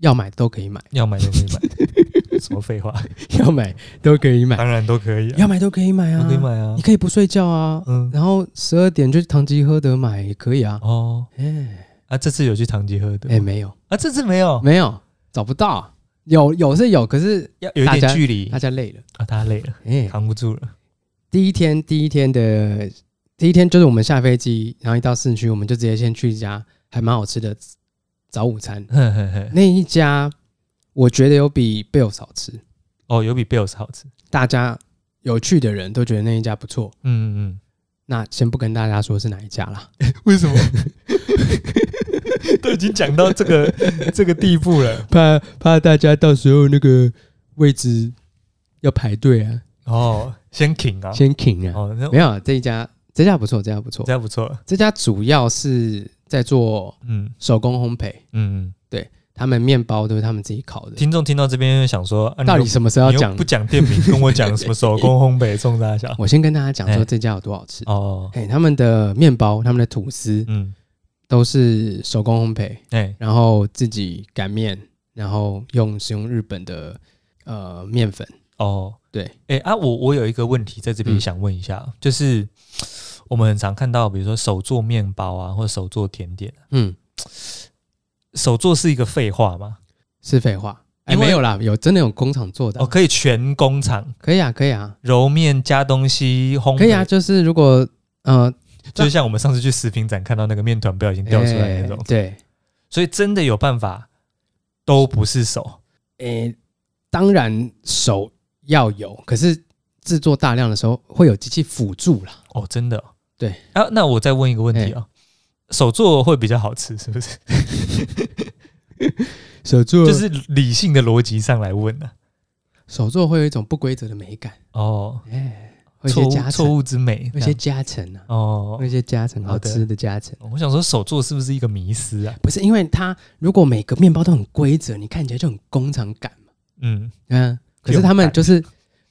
要买都可以买，
要买都可以买，什么废话，
要买都可以买。
当然都可以啊，
要买都可以买啊，
都可以买啊
你，可以不睡觉啊，
嗯，
然后十二点去堂吉诃德买也可以啊。
哦，
哎、
啊，这次有去唐吉诃德
哎、
吗，
没有
啊，这次没有，
没有找不到，有有是有，可是
要有一
大
点
家
距离
大家累了。
啊，他累了，
哎、
扛不住了，
第一天第一天的第一天就是我们下飞机，然后一到市区，我们就直接先去一家还蛮好吃的早午餐。
哼哼哼，
那一家我觉得有比贝尔好吃，
哦，有比 Bills 好吃，
大家有去的人都觉得那一家不错。
嗯嗯嗯。
那先不跟大家说是哪一家啦，
为什么？ 都已经讲到这个这个地步了
怕怕大家到时候那个位置要排队啊，
哦，先停啊，
先请啊。
哦，那
没有啊这一家，这家不错，这家不错
这。样不错，
这家主要是在做
嗯
手工烘焙，
嗯，
他们面包都是他们自己烤的。
听众听到这边想说，啊、你又
到底什么时候
你
要
又
讲
不？讲店名，跟我讲什么手工烘焙冲大小？
我先跟大家讲
哎
说这家有多好吃。
哦，
哎，他们的面包、他们的吐司
嗯，
都是手工烘焙，
哎、
然后自己擀面，然后用使用日本的呃面粉。
哦，
对，
哎、啊，我我有一个问题在这边
嗯
想问一下，就是我们很常看到，比如说手做面包啊，或者手做甜点，啊
嗯，
手做是一个废话吗？
是废话。哎，
因为
没有啦，有真的有工厂做的啊
哦，。可以全工厂
可以啊，可以啊，
揉面加东西烘焙，
可以啊。就是如果呃
就是像我们上次去食品展看到那个面团不小心掉出来那种，
哎对，
所以真的有办法，都不是手。
诶、哎当然手要有，可是制作大量的时候会有机器辅助啦。
哦，真的哦、
对哎
啊，那我再问一个问题啊、手做会比较好吃，是不
呃
是？
手做
就
就是
是理性的逻辑上来问啊呢、
手做会有一种不规则的美感，
啊。哦，
哎、会有
错误
一些加
错
成，
误之美，
会有
这
一些
样
加成啊，
哦
会有。一些加成，
好
好
的
吃的加成。
我想说手做是不是一个迷思啊？
不是因为它如果每个面包都很规则，你看起来就很工厂感嘛。
嗯，
嗯，可是他们就是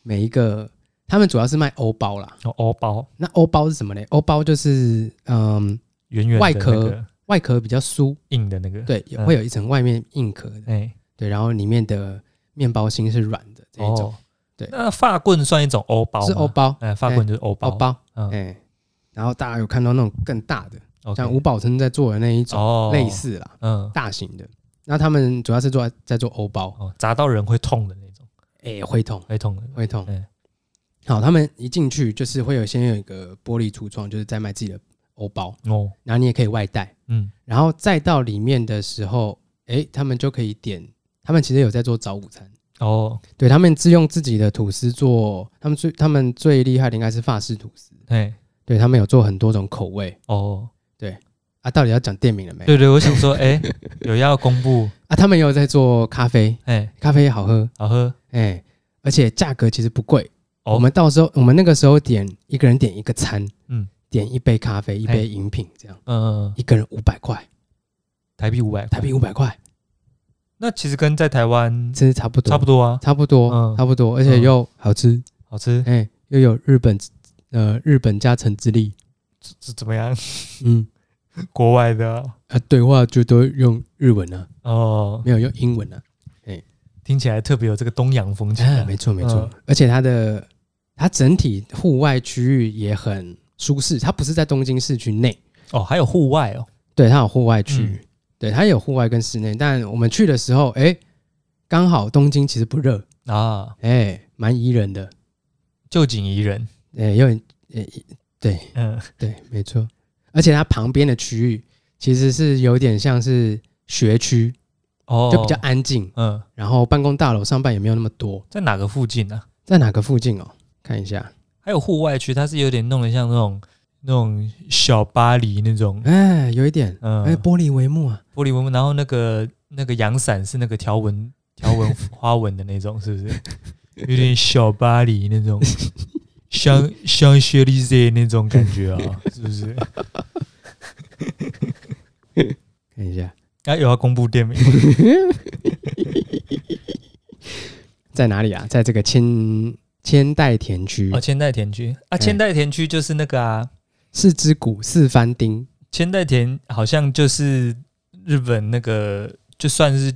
每一个，他们主要是卖欧包啦。
哦，欧包
那欧包是什么嘞？欧包就是嗯
圆圆的
外
那
壳
个
外壳比较酥，
硬的那个，，
对，
嗯
会有一层外面硬壳的。
哎，
对，然后里面的面包心是软的这一种，
哦，
对
那发棍算一种欧包吗
是欧，包，
哎，发棍就是欧包，
欧，包，
嗯
哎、然后大家有看到那种更大的，
OK
像吴宝春在做的那一种、
哦，
类，似啦，
嗯，
大型的。那他们主要是
哦
做在做欧包，
哦，砸到人会痛的那种，
哎、会痛
会痛的，
会痛
嗯。
好，他们一进去就是会有先有一个玻璃橱窗，就是在卖自己的欧包，
哦，
然后你也可以外带，
嗯，
然后再到里面的时候，诶，他们就可以点，他们其实有在做早午餐，
哦，
对他们是用自己的吐司做，他们最他们最厉害的应该是法式吐司，
哎，
对他们有做很多种口味
哦，
啊。到底要讲店名了没？
对对，我想说， 哎，有要公布，
啊，他们也有在做咖啡，
哎，
咖啡也好喝，
好喝，
哎、而且价格其实不贵。
哦
我们到时候我们那个时候点一个人点一个餐，
嗯
嗯，点一杯咖啡，一
哎
杯饮品，这样
嗯，
一个人五百块，
台币五百，
台币五百块，
那其实跟在台湾
真是差不多，
嗯差不
多，
多啊，
差不多，
嗯
差不多，而且又好吃，
好吃，
哎、又有日本呃日本加成之力，
是怎么样？
嗯，
国外的啊
啊，对话就都用日文啊，
哦，
没有用英文啊，
听起来特别有这个东洋风情啊
啊，没错没错，而且它的它整体户外区域也很舒适，它不是在东京市区内。
哦，还有户外哦，
对，它有户外区，
嗯
对，它有户外跟室内。但我们去的时候，哎、刚好东京其实不热，
啊，
哎、蛮宜人的，
旧景宜人，
哎、有点，哎、对
嗯，
对，没错。而且它旁边的区域其实是有点像是学区，
哦，
就比较，安静，
嗯，
然后办公大楼上班也没有那么多。
在哪个附近呢？
在哪个附近哦？看一下，
还有户外区，它是有点弄得像那种那种小巴黎那种，
哎、有一点，
嗯，
哎、玻璃帷幕啊，
玻璃纹，然后那个那个阳伞是那个条纹 条纹花纹的那种，是不是？有点小巴黎那 种，香香雪丽 Z 那种感觉啊，是不 是？
看一下
啊，有要公布店
嗯
名吗，
在哪里啊？在这个千千代田区
哦，，千代田区啊，
哎
千代田区就是那个啊，
四之谷四番町。
千代田好像就是日本那个就算是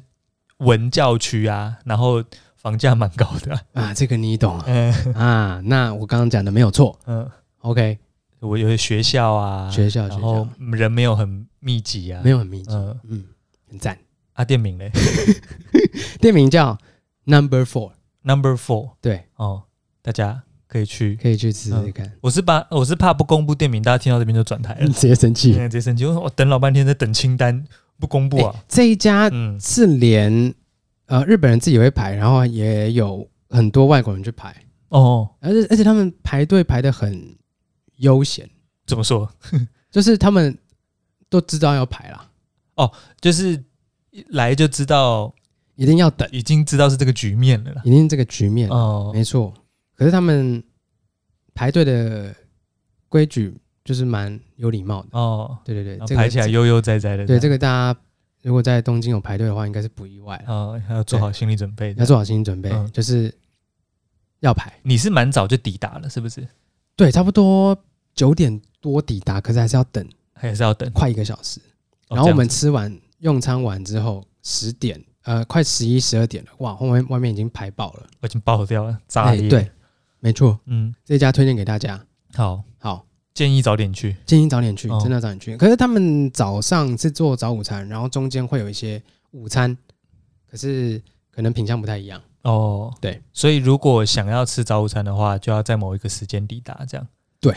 文教区啊，然后房价蛮高的啊、
啊，这个你懂啊
嗯
啊？那我刚刚讲的没有错
嗯，
，OK，
我有学校啊，
学校
然后人没有很密集啊，
没有很密集，
嗯，
嗯，很赞。
啊，店名嘞
店名叫 Number Four，
，Number Four
对，
哦，大家可以去。
可以去试试看。
我是把我是怕不公布店名，大家听到这边就转台了
你，直接生
嗯
气、
直接生气。我说我等老半天在等清单，不公布啊
诶。哎这一家
嗯，
是连呃日本人自己会排，然后也有很多外国人去排，
哦，
而且而且他们排队排的很悠闲，
怎么说？
就是他们都知道要排啦，
就是一来就知道，
一定要等，
已经知道是这个局面了啦。
一定这个局面，
哦，
没错，可是他们排队的规矩就是蛮有礼貌的。
哦，
对对对，
然
这
后
个
排起来悠悠哉哉的。
对这
个，
个大家如果在东京有排队的话，应该是不意外了。
哦，要做好心理准备。
要做好心理准备，
嗯
就是要排。
你是蛮早就抵达了，是不是？
对，差不多九点多抵达，可是还是要等
还是要等？
快一个小时。
哦
然后我们
这样子
吃完用餐完之后，十点呃快十一十二点了，哇，外面外面已经排爆了。
我已经爆掉了，炸
哎
裂。
对，，没错，
嗯，
这家推荐给大家。
好，
好，
建议早点去。
建议早点去，
哦
真的要早点去。可是他们早上是做早午餐，然后中间会有一些午餐，可是可能品相不太一样。
哦，
对，
所以如果想要吃早午餐的话，就要在某一个时间抵达，这样。
对。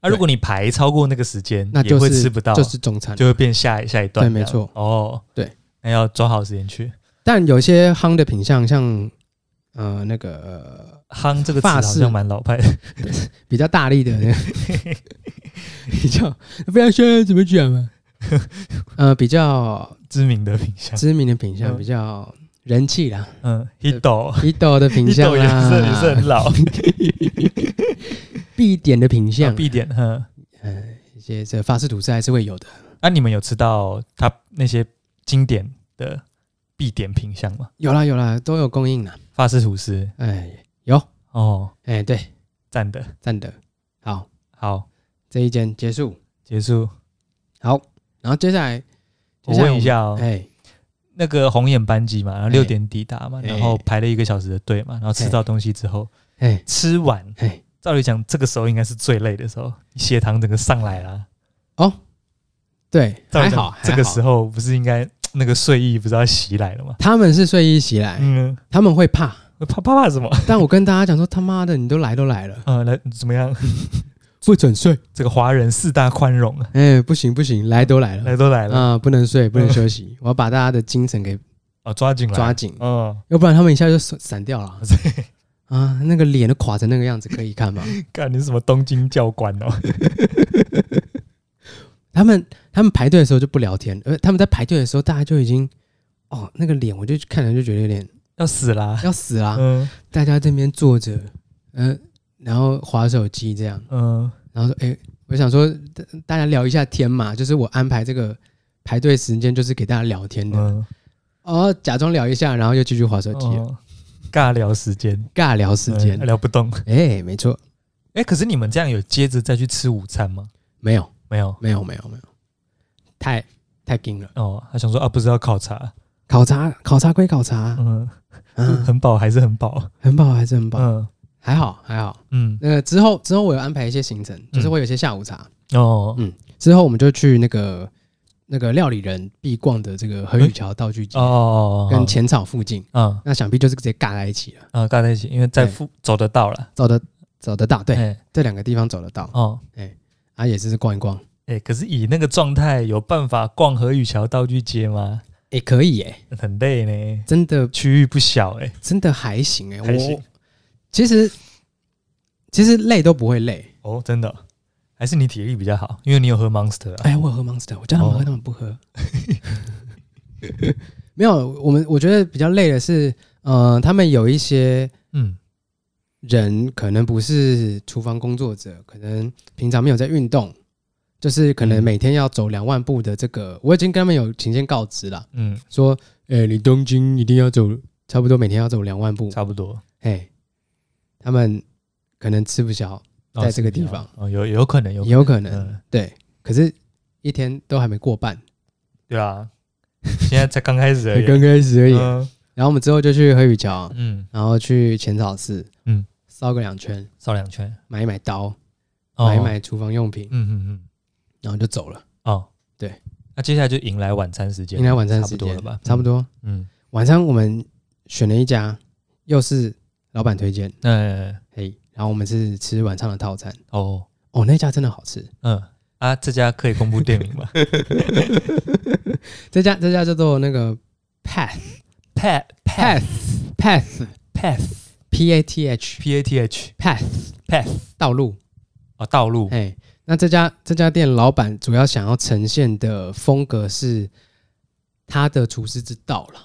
啊，如果你排超过那个时间，
那
也
就
会
是
吃不到，
就是中餐。
就会变下下一段这样。
对没错
哦，
对，
那要抓好时间去。
但有些夯的品相，像呃那个、
夯这个词好
法式
像蛮老派的，
呃比较大力的那个，比较不要说怎么 讲嘛，呃，比较
知名的品相。
知名的品相，
啊嗯
比较人 气啦，
嗯，Hito。
一斗的品
你
相啊
懂颜色也是
啦
很， 老，
必点的品相，呃
必点。嗯，
一些这法式吐司还是会有的。
那、你们有吃到它那些经典的必点品相吗？
有啦有啦，都有供应啦。
法式吐司
哎，有，
哦，
哎，对，
赞的。
赞的。好，
好，
这一间结束。
结束。
好，然后接下来，
我
接下来
问一下
我
哦
们，，哎，
那个红眼班机嘛，然后
哎
六点抵达嘛，
哎
然后排了一个小时的队嘛，然后吃到东西之后，
哎，
吃完，
哎，
照理讲这个时候应该是最累的时候，血糖整个上来啦。
对，
照
还
理讲
好，
这个时候
候
不是应该那个睡意不是要袭来了吗？
他们是睡衣袭来，
嗯
他们会怕，
怕怕怕什么？
但我跟大家讲说，他妈的，你都来都来了，
呃，来怎么样？
不准睡。
这个华人四大宽容啊，
哎、不行不行，来都来了
来都来了，
啊、不能睡，不能休息， 我要把大家的精神给
哦，抓紧来，
抓，紧，
嗯，
要不然他们一下就散散掉了。啊，那个脸都垮成那个样子，可以看 吗？
干你是什么东京教官哦？
他们他们排队的时候就不聊天，而他们在排队的时候，大家就已经哦，那个脸我就看着就觉得有点
要死啦！
要死啦、
嗯
大家这边坐着，嗯、然后划手机这样，
嗯
然后说，哎、我想说大大家聊一下天嘛，就是我安排这个排队时间就是给大家聊天的，
嗯，
哦，假装聊一下，然后又继续划手机了、
哦尬聊时间，
尬聊时间
嗯，聊不动。
哎、没错，
哎，可是你们这样有接着再去吃午餐吗？
没有，
没有
没有，没有，没有，太太硬了，
哦，他想说啊，不是要考察，
考察考察归考察，
嗯，
嗯，
很饱还是很饱，
很饱还是很饱，
嗯
还好还好。
嗯
那个之后之后我有安排一些行程，就是会有一些下午茶，
哦
嗯之后我们就去那个那个料理人必逛的这个河雨桥道具街、
哦，
跟浅草附近，
嗯
那想必就是直接尬在一起了，
嗯尬在一起，因为在附走得到了，
走得走得到，对，
哎
这两个地方走得到，
哦。
啊也是逛一逛，
哎，可是以那个状态，有办法逛河雨桥道具街吗？
也、可以耶、
很累呢，
真的
区域不小哎，
真的还行哎、
还
我
行
其实其实累都不会累，
哦，真的哦，还是你体力比较好，因为你有喝 Monster 啊。
哎，我有喝 Monster，我叫他们喝，
哦
他们不喝。 没有，我们我觉得比较累的是，呃，他们有一些
嗯
人可能不是厨房工作者，可能平常没有在运动，就是可能
嗯
每天要走两万步的这个，我已经跟他们有请先告知了，
嗯，
说，哎、你东京一定要走，差不多每天要走两万步，
差不多。
哎，他们可能吃不消，
哦
在这个地方
哦，有有可能有
也有可能，
嗯
对，可是一天都还没过半，
对啊，现在才刚开始而
才
已。
刚开始而已。
嗯
然后我们之后就去黑雨桥，
嗯，
然后去浅草寺，
嗯，
烧个两圈，
绕两圈，
买一买刀，
哦
买一买厨房用品，
嗯嗯嗯，
然后就走了，
哦，
对。
那接下来就迎来晚餐时间，
应该晚餐
差
时
不多
间
了吧？
差不多。
嗯。嗯，
晚上我们选了一家，又是老板推荐，
那
嘿，然后我们是吃晚上的套餐，
哦，
哦，那家真的好吃，
嗯啊，这家可以公布店名 吗
这家这家叫做那个 Path
？Pat
Path Path
Path
P A T H
P A T H
Path
Path
道路，
哦，道路
哎，那这家这家店老板主要想要呈现的风格是他的厨师之道了，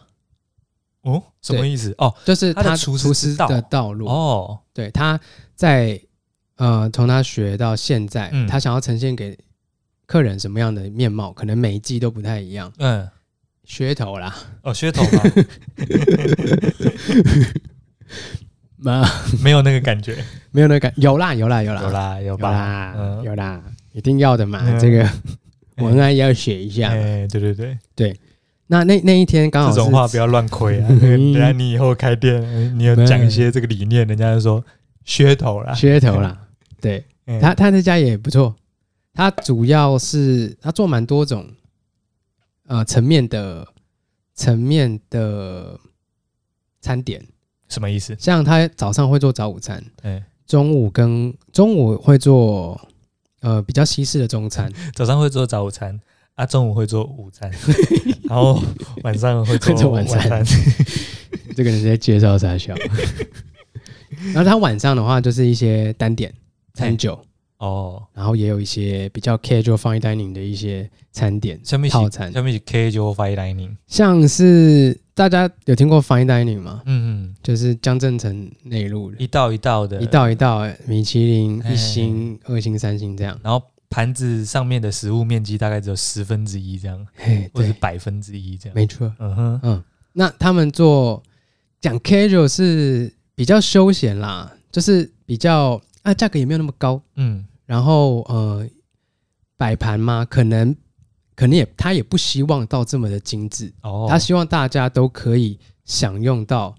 哦，什么意思？哦
就是
他的
厨
厨师之道
的道路。
哦，
对，他在呃从他学到现在，
嗯
他想要呈现给客人什么样的面貌，可能每一季都不太一样，
嗯，
噱头啦。
哦，噱头吗？
那
没有那个感觉，
没有那个感，有啦有啦有啦
有啦有
有
吧
啦，
嗯
有啦，一定要的嘛，
嗯
这个文案要写一下。
哎，对对对，
那那那一天刚好
这
是
种话不要乱亏 啊！那个等下你以后开店，呃你有讲一些这个理念，人家就说噱头啦。
噱头啦。对
嗯
他，他那家也不错。他主要是他做蛮多种呃层面的层面的餐点，
什么意思？
像他早上会做早午餐，
哎，
中午跟中午会做呃比较西式的 中餐，
早上会做早午餐，啊，中午会做午 餐，然后晚上会
会做
做
晚
晚
餐
餐。
这个人在介绍啥笑。 然后他晚上的话就是一些单点餐酒，
哦，
然后也有一些比较 casual fine dining 的一些餐点
下面
套
是
餐，
下面是 K 就 Fine Dining，
像是大家有听过 fine dining 吗？
嗯，嗯
就是江镇城内陆的
一道一道的，
一，道一道米其林
哎
一星、二星、三 星这样。
然后盘子上面的食物面积大概只有十分之一这样，
嘿，
或者是
对，
百分之一这样。
没错。
嗯哼，
嗯，那他们做讲 casual 是比较休闲啦，就是比较啊价格也没有那么高，
嗯
然后呃摆盘嘛，可能可能也他也不希望到这么的精致，
哦，
他希望大家都可以享用到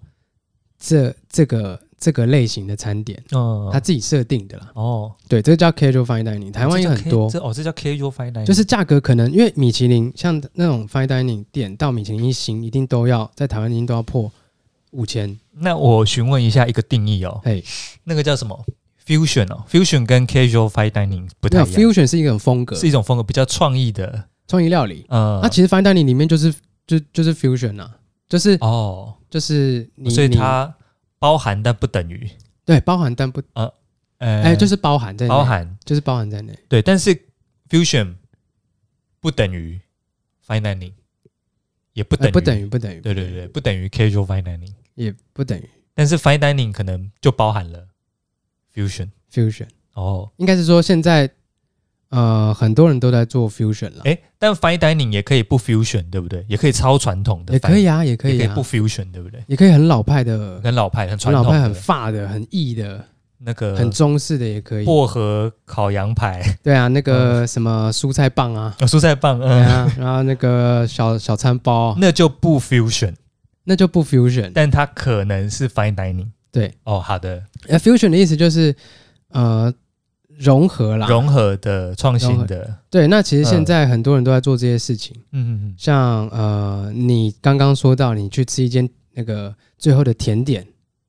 这这个这个类型的餐点，
嗯
他自己设定的啦。
哦，
对，这叫 casual fine dining，台湾
这
有
叫
很
K-
多，
这哦，这叫 K 就 Fine Dining，
就是价格可能因为米其林像那种 fine dining 店到米其林一星，一定都要在台湾一定都要破五千，
那我询问一下一个定义哦，
嘿，
那个叫什么 fusion 哦，fusion 跟 casual fine dining 不太
那
一样，
fusion 是一种风格，
是一种风格比较创意的，
创意料理。
呃，
那其实 fine dining 里面就是就就是 fusion 啊，就是
哦，
就是你
所以
你
它包含但不等于，
对包含但不
呃，
哎就是包含在内
包含
就是包含在内，
对，但是 fusion 不等于 fine dining，也不等
呃
于、
不等于不等于
对对对，不等于 casual fine dining，
也不等于
但是 fine dining 可能就包含了 fusion
fusion，
哦，
应该是说现在呃很多人都在做 fusion 了，
哎，但 fine dining 也可以不 fusion，对不对？也可以超传统的，
也可以，啊，也可
也
以
可以
啊
不，fusion，对不对？
也可以很老派的，
很老派，很
很
传
老
统的，呃
派很发的，很意的，
那个
很中式的也可以。
薄荷烤羊排、
对啊，那
呃
个什么蔬菜棒啊，
哦蔬菜棒，
对
嗯，
啊，然后那个小小餐包，
那就不 fusion，
那就不 fusion。
但它可能是 fine dining。
对，
哦，好的，
呃，fusion 的意思就是呃融合啦。
融合的、创新的，
对，那其实现
嗯
在很多人都在做这些事情，
嗯嗯
像呃，你刚刚说到你去吃一间那个最后的甜点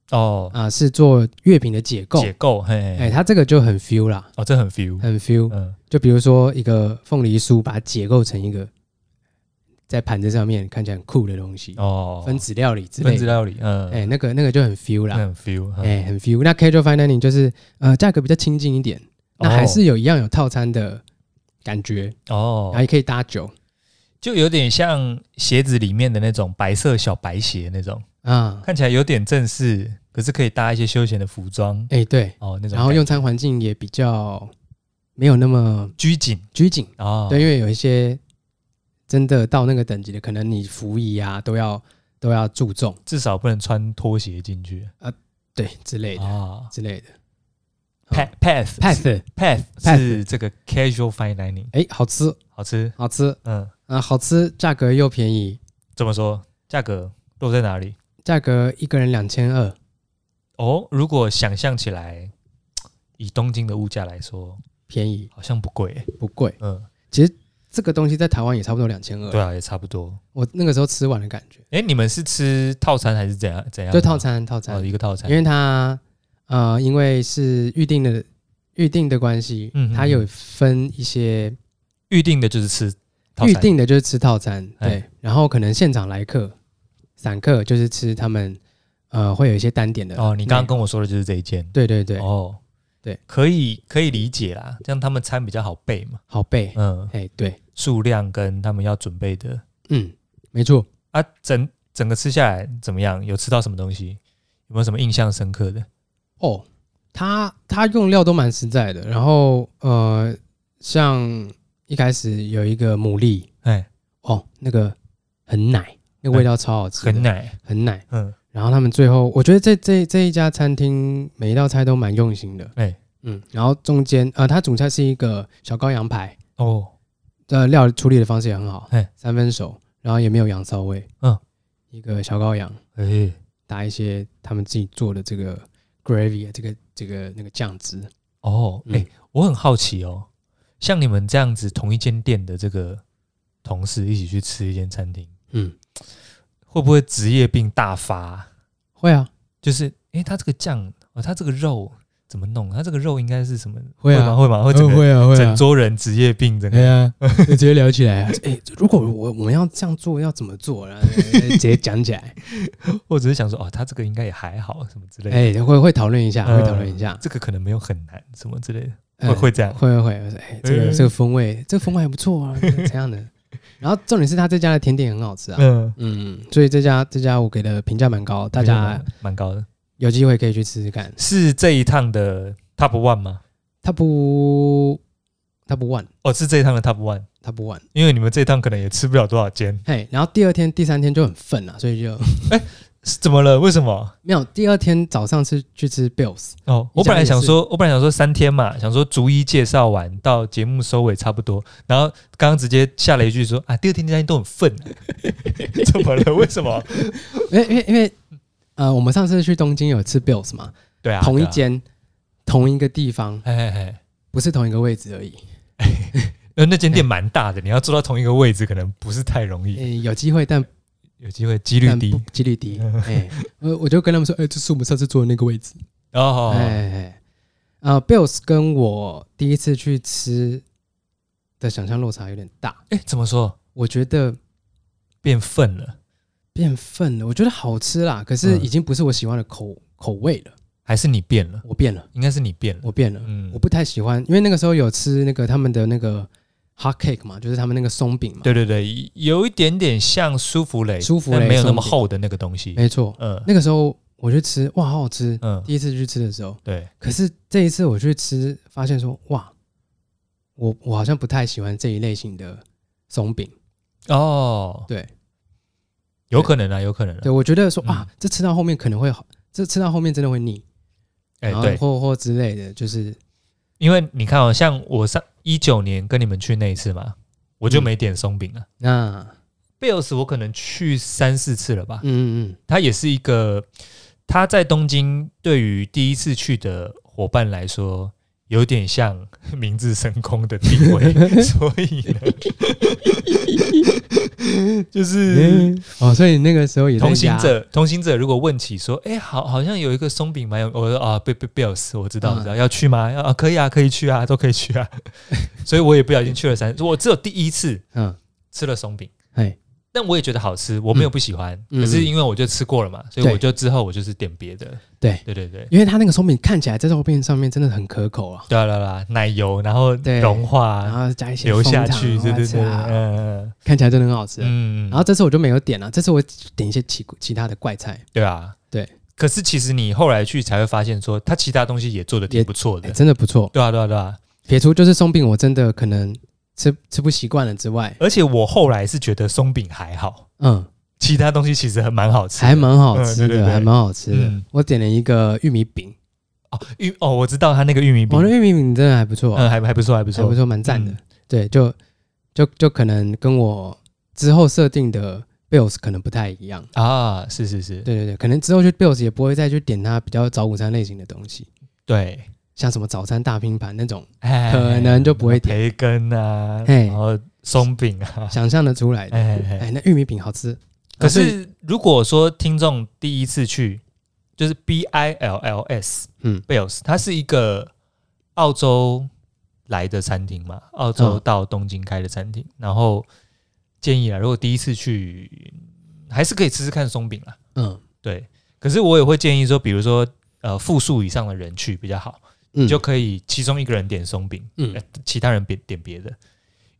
嗯，哦，
啊、是做月饼的解构，
解构，嘿，
哎、它这个就很 feel 啦，
哦，这很 feel，
很 feel。
嗯，
就比如说一个凤梨酥，把它解构成一个在盘子上面看起来很酷的东西，
哦，
分子料理之
分
类
子
的。
料理，嗯，
哎、那个那个就很 feel
那
啦，
很 feel，嗯
哎、很 feel。那 casual fine dining 就是呃价格比较亲近一点，那还是有一样有套餐的感觉，
哦
然后，也可以搭酒
就有点像鞋子里面的那种白色小白鞋那种，
啊，
看起来有点正式，可是可以搭一些休闲的服装，
哎、对，
哦，那种感觉，
然后用餐环境也比较没有那么
拘谨，
拘谨，
哦，
对，因为有一些真的到那个等级的，可能你服仪啊都要都要注重，
至少不能穿拖鞋进去
对之类的、
啊。
之类的。
Path path
path，
path
path
是这个 casual fine dining，
哎、好吃，
好吃，
好吃
嗯，
啊，好吃，价格又便宜，
怎么说？价格落在哪里？
价格一个人两千二，
哦，如果想象起来，以东京的物价来说，
便宜
好像不贵欸，
不贵。
嗯，
这个东西在台湾也差不多两千
对
二，
啊，也差不多。
我那个时候吃完的感觉，
哎，你们是吃套餐还是怎样？怎样？
就套，餐套
哦，
餐，
一个套餐
因，为它呃，因为是预定的预定的关系，
嗯嗯
它有分一些
预定的就是吃套
预
餐，
定的就是吃套餐，
哎
对，然后可能现场来客、散客就是吃他们呃会有一些单点的
哦，你刚刚
内
跟我说的就是这一件，
对对对，
哦，
对，
可以可以理解啦，这样他们餐比较好备嘛，
好背，
嗯，
哎对，
数量跟他们要准备的
嗯，没错，
啊，整整个吃下来怎么样？有吃到什么东西？有没有什么印象深刻的？
哦，它它用料都蛮实在的，然后呃，像一开始有一个牡蛎，
哎，
哦，那个很奶，那个味道超好吃的，
哎很奶，
很奶，
嗯，
然后他们最后，我觉得这这这一家餐厅每一道菜都蛮用心的。
哎
嗯，然后中间呃，它主菜是一个小羔羊排，
哦，
呃，料理处理的方式也很好，
哎
三分熟，然后也没有羊骚味。
嗯，
一个小羔羊
哎，
搭一些他们自己做的这个 gravy 啊这个这个那个酱汁。
哦，
嗯
哎、我很好奇哦，像你们这样子同一间店的这个同事一起去吃一间餐厅，
嗯，
会不会职业病大发？
会啊，
就是，哎、他这个酱，哦，他这个肉怎么弄？他这个肉应该是什么？
会啊
吗？会吗？会整
呃
个
会啊会
整
啊，
桌人职业病，整
哎
个
呀， 就直接聊起来啊。哎，如果我我们要这样做，要怎么做？然后呃直接讲起 来。
或者是想说，哦，他这个应该也还好，什么之类的。
哎，会会讨论一下，
嗯
会讨论一下。
这个可能没有很难，什么之类的，
嗯
会会这样
会会会，我说哎，这
哎
个这个风味，这个风味还不错啊，怎样的？ 然后重点是他这家的甜点很好吃啊，
嗯，
嗯，所以这家这家我给的评价蛮高，大家
蛮高的，
有机会可以去试试看。
是这一趟的 top one 吗？
他不他不 one，
哦，是这一趟的 top one，
他不 one，
因为你们这一趟可能也吃不了多少间，
嘿，然后第二天第三天就很愤啊了，所以就是
怎么了？为什么？
没有。第二天早上是去吃 Bills，
哦，我
你讲
本来
也是
想说，我本来想说三天嘛，想说逐一介绍完到节目收尾差不多，然后刚刚直接下了一句说啊， 第二天、第三天都很愤，怎么了？为什么？
因为因为因为呃，我们上次去东京有吃 Bills 嘛，
对啊，
同一
对啊，
间同一个地方，
哎哎哎，
不是同一个位置而已。
呃那间店蛮大的，你要坐到同一个位置，可能不是太容易。
诶，有机会，但
有机会几率
但
低
嗯不几 率低。哎，我我就跟他们说，哎，这是我们上次坐的那个位置。
哦。
哎哎，哎呃，Bills 跟我第一次去吃的想象落差有点大，
哎，怎么说？
我觉得
变分了，
变分了。我觉得好吃啦，可是
嗯已
已经不是我喜欢的口口味了。
还是你变了？
我变了，
应该是你变了。
我变了。
嗯
我，不太喜欢，因为那个时候有吃那个他们的那个 hot cake 嘛，就是他们那个松饼嘛。，
对对对，有一点点像舒芙蕾，
舒芙蕾
但没有那么
松饼
厚的那个东西。
没错。
嗯
那个时候我去吃，哇，好好吃。
嗯，
第一次去吃的时候，
对，
可是这一次我去吃，发现说，哇，我我好像不太喜欢这一类型的松饼。
哦，
对，
有可能啊，有可能啊。
对我觉得说
嗯
啊，这吃到后面可能会好，这吃到后面真的会腻，
哎，
然后
对，
或或之类的，就是
因为你看哦，像我上一九年跟你们去那一次嘛，我就
嗯
没点松饼啊。
那
Bills 我可能去三四次了吧。
嗯嗯
它也是一个，它在东京对于第一次去的伙伴来说，有点像 明治神宫的地 位，所以呢， 就是
嗯，哦，所以那个时候也在
同行
压
者，同行者如果问起说，哎、好，好像有一个松饼蛮有，我说啊，贝贝贝尔斯，我知道，
嗯
我知道，要去吗？要啊，可以啊，可以去啊，都可以去啊，所以我也不小心去了三，我只有第一次
嗯，
吃了松饼。
哎，
但我也觉得好吃，我没有不喜欢，
嗯
可是因为我就吃过了嘛，所以
对
我就之后我就是点别的。
对
对对对，
因为它那个松饼看起来在照片上面真的很可口啊，
对啊对啊对啊，奶油然后
对
融
然
化
后加一些
流啊下
枫糖
去，对对对，
哇塞
嗯
看起来真的很好吃。
嗯，
然后这次我就没有点了，这次我点一些其其他的怪菜，
对啊
对。
可是其实你后来去才会发现说它其他东西也做的挺
也
不错的
哎，。真的不错。
对啊对啊对啊，
撇除就是松饼，我真的可能吃吃不习惯了之外，
而且我后来是觉得松饼还好，
嗯，
其他东西其实还蛮好吃的，
还蛮好吃
嗯对对对
的，还蛮好吃的
嗯。
我点了一个玉米饼，
哦玉哦，我知道它那个玉米饼
我的，玉米饼真的还不错，
嗯，还还不错还不
还不
错，
错，蛮赞的
嗯。
对，就就就可能跟我之后设定的 Bills 可能不太一样。
啊，是是是，
对对对，可能之后去 Bills 也不会再去点它比较早午餐类型的东西，
对，
像什么早餐大拼盘那种，
哎
可能就不会点
培根啊，
嘿
然后松饼 啊，
想象的出来的。
哎哎哎。
哎，那玉米饼好吃，
可
啊所以
是如果说听众第一次去，就是 B I L L S
嗯
Bills，它是一个澳洲来的餐厅嘛，澳洲
嗯
到东京开的餐厅。然后建议啦，啊如果第一次去，还是可以吃吃看松饼啦。
嗯
对，可是我也会建议说，比如说呃复数以上的人去比较好，
嗯，
你就可以其中一个人点松饼，
嗯
呃其他人别点别的，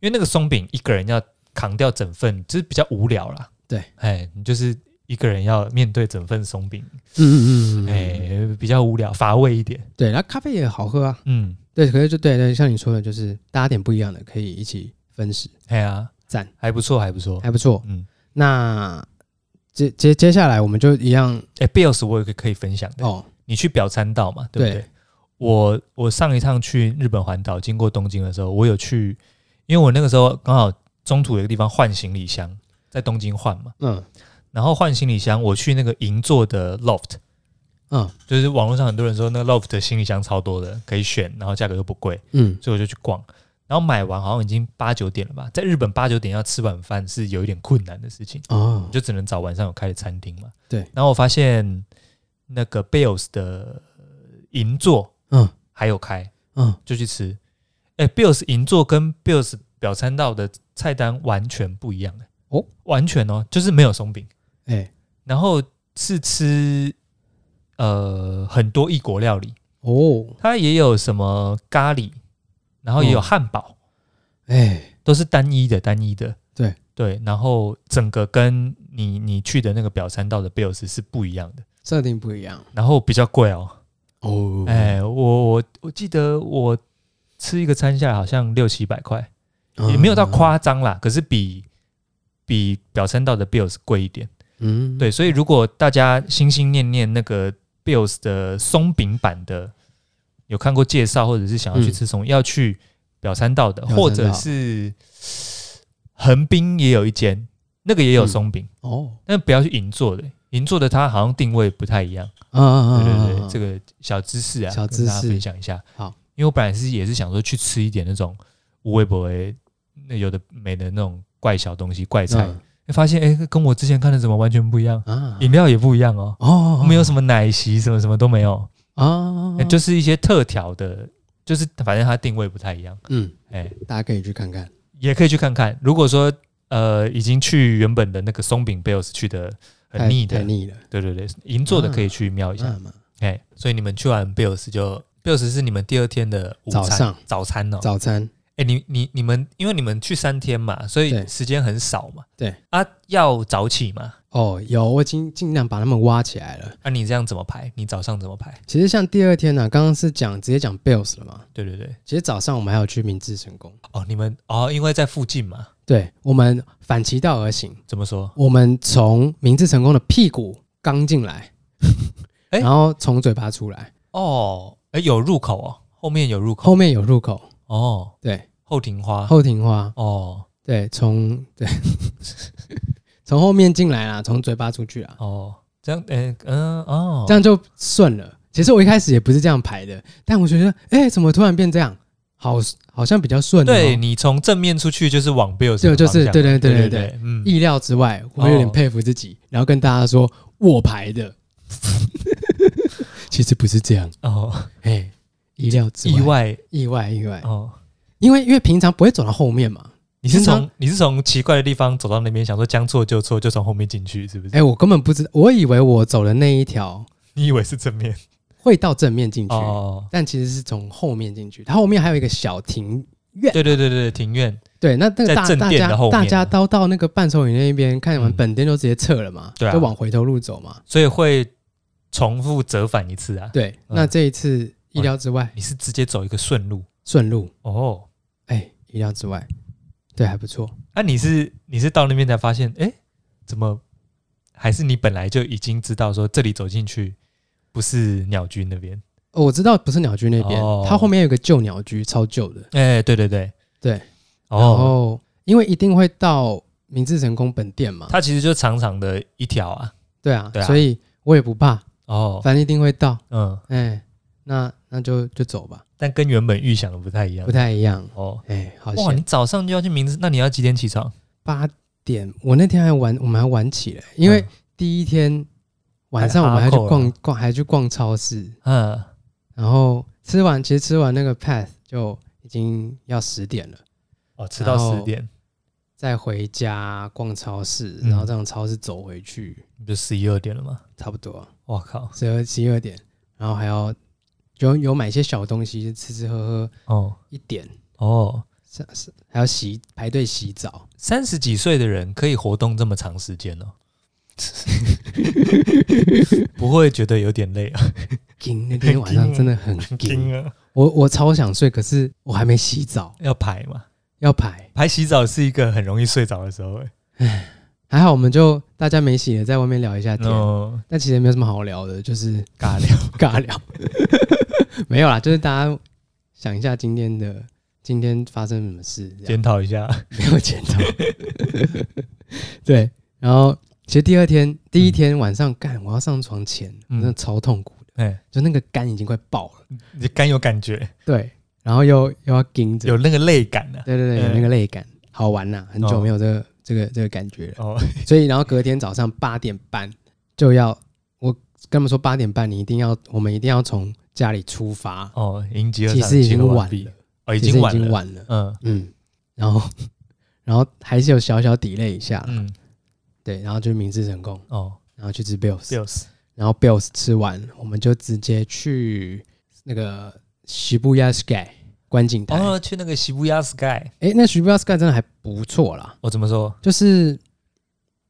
因为那个松饼一个人要扛掉整份，就是比较无聊啦。
对，
哎，你就是一个人要面对整份松饼，
嗯嗯嗯，哎，
哎，比较无聊乏味一点。
对，然后咖啡也好喝啊。
嗯，
对，可是就对对，像你说的，就是大家点不一样的，可以一起分食，
哎呀，
赞，
还不错，还不错。
还不错。
嗯，
那接接接下来我们就一样
哎，Bills 我有一个可以分享的，
哦，
你去表参道嘛，对不对
对？
我我上一趟去日本环岛，经过东京的时候，我有去，因为我那个时候刚好中途有一个地方换行李箱，在东京换嘛，
嗯
然后换行李箱，我去那个银座的 loft，
嗯
就是网络上很多人说那个 Loft 的行李箱超多的，可以选，然后价格又不贵，
嗯，
所以我就去逛。然后买完好像已经八九点了吧，在日本八九点要吃晚饭是有一点困难的事情，
哦
你，就只能找晚上有开的餐厅嘛。
对。
然后我发现那个 Bills 的银座
嗯
还有开，
嗯，
就去吃。哎，Bills 银座跟 Bills 表参道的菜单完全不一样、哎
哦，
完全哦，就是没有松饼。
哎
然后是吃呃很多异国料理，
哦，
它也有什么咖喱，然后也有
嗯
汉堡，
哎
都是单一的单一的。
对
对，然后整个跟你你去的那个表参道的 Bills 是不一样的，
设定不一样
然后比较贵哦。
哦，
哎，我我我记得我吃一个餐下来好像六七百块，
啊
也没有到
嗯
夸张啦，可是比比表参道的 Bills 贵一点。
嗯，嗯
对，所以如果大家心心念念那个 Bills 的松饼版的，有看过介绍或者是想要去吃松，要去表参道的，
嗯表参道
或者是横滨也有一间，那个也有松饼，
哦，
但不要去银座的，银座的它好像定位不太一样。
啊啊
对
啊，
对对，这
个
个小知识啊，
小
跟大家
知识
分享一下。
好，
因为我本来是也是想说去吃一点那种微博诶，那有的没的那种怪小东西、怪菜，
嗯
发现哎，跟我之前看的怎么完全不一样，
啊，
饮料也不一样哦，
哦，
没有什么奶昔，什么什么都没有，
啊
哎，就是一些特调的，就是反正它定位不太一样，
嗯，
哎，
大家可以去看看。
也可以去看看。如果说呃已经去原本的那个松饼 Bells 去的
太
很腻的
太，腻嗯了，
对对对，银座的可以去瞄一下
那，么
哎、所以你们去完 Bills 就 Bills 是你们第二天的午餐
早上
早餐哦。
早餐
哎、你你你们因为你们去三天嘛，所以
对
时间很少嘛。
对
啊，要早起嘛。
哦，有我已经尽量把他们挖起来了。
啊，你这样怎么排？你早上怎么排？
其实像第二天呢、刚刚是讲直接讲 Bills 了嘛，
对对对，
其实早上我们还有去明治神宫，
哦，你们哦，因为在附近嘛。
对我们反其道而行，
怎么说？
我们从明治神宫的屁股刚进来，
哎
然后从嘴巴出来，
哦，哎、有入口哦，后面有入口
后面有入口，
哦，
对，
后庭花
后庭花，
哦
对，从对， 从后面进来啦，从嘴巴出去啦，
哦，这样哎嗯、哦，
这样就顺了。其实我一开始也不是这样排的，但我觉得，哎、怎么突然变这样？好，好像比较顺、哦。
对，你从正面出去就是往 Bills
就
的
就是
方向
对对对
对
对对
嗯，
意料之外，我有点佩服自
哦
己，然后跟大家说我排 的，其实不是这样，
哦，
哎、意料之
意
外，
外
意外，意外，
哦。
因为因为平常不会走到后面嘛。
你是
平常
从你是从奇怪的地方走到那边，想说将错就错，就从后面进去，是不是？
哎、我根本不知道，我以为我走的那一条
你以为是正面
会到正面进去，
哦？
但其实是从后面进去。它后面还有一个小庭院，
对对对对，庭院，
对，那
在
那个大
正
大
殿
家
的后面
大
啊
家都到那个伴手礼那边，看完
嗯
本店就直接撤了嘛，
对啊
就往回头路走嘛。
所以会重复折返一次啊。
对，
嗯
那这一次意料之外
你是直接走一个顺路
顺路，
哦？
哎、意料之外，对，还不错。
那、啊你是你是到那边才发现，哎，怎么还是你本来就已经知道说这里走进去不是鸟居那边？
哦，我知道不是鸟居那边，
哦
它后面有个旧鸟居，超旧的。
哎，对对对
对，然
哦，
后因为一定会到明治神宫本店嘛，
它其实就长长的一条啊。
对啊，
对啊
所以我也不怕，
哦，
反正一定会到。
嗯，
哎、那那就就走吧，
但跟原本预想的不太一样
不。太一样。
哦，
哎、好
哇，你
险，
早上就要去明治，那你要几点起床？
八点，我那天还玩，我们还玩起来，因为第一天晚上我们还
嗯还哈
去
扣
逛
了
逛，还去逛超市，
嗯，
然后吃完，其实吃完那个 path 就已经要十点了。
哦，吃到
然
十
后
点
再回家逛超市，
嗯
然后再从超市走回去，
你不就十一二点了吗？
差不多
我靠，
十二十一二点，然后还要有有买一些小东西吃吃喝喝，
哦
一点
哦，
是是还要洗排队洗澡，
三十几岁的人可以活动这么长时间哦，不会觉得有点累啊？
紧那天晚上真的很紧，
啊，
我我超想睡，可是我还没洗澡，
要排嘛？
要排，
排洗澡是一个很容易睡着的时候、欸，
还好我们就大家没洗了，在外面聊一下天，
哦，
但其实没有什么好聊的，就是
尬聊。
尬聊，没有啦，就是大家想一下今天的今天发生什么事，这样
检讨一下，
没有剪到。 对，然后其实第二天，第一天晚上干，我要上床前，
嗯
真的超痛苦的，
哎，
就那个肝已经快爆了。
你肝有感觉，
对，然后又又要盯着
有，那个累感呢、啊。
对对对，有
嗯
那个累感，好玩呐、很久
哦
没有这个、这个这个感觉了。
哦，
所以，然后隔天早上八点半就要，我跟他们说八点半，你一定要，我们一定要从家里出发，
哦，迎集合
其
场
实已经
集合
晚
完毕
了，
哦，已
其实
经
已
晚
经
了，
晚了，
嗯
嗯，然后然后还是有小小 delay 一下啦，
嗯，
对，然后就明治神宫，
哦
然后去吃 Bills，
，Bills，
然后 Bills 吃完，我们就直接去那个 Shibuya Sky 观景台。
哦，去那个西布亚 Sky，哦
诶，那 Shibuya Sky 真的还不错啦，
我、怎么说？
就是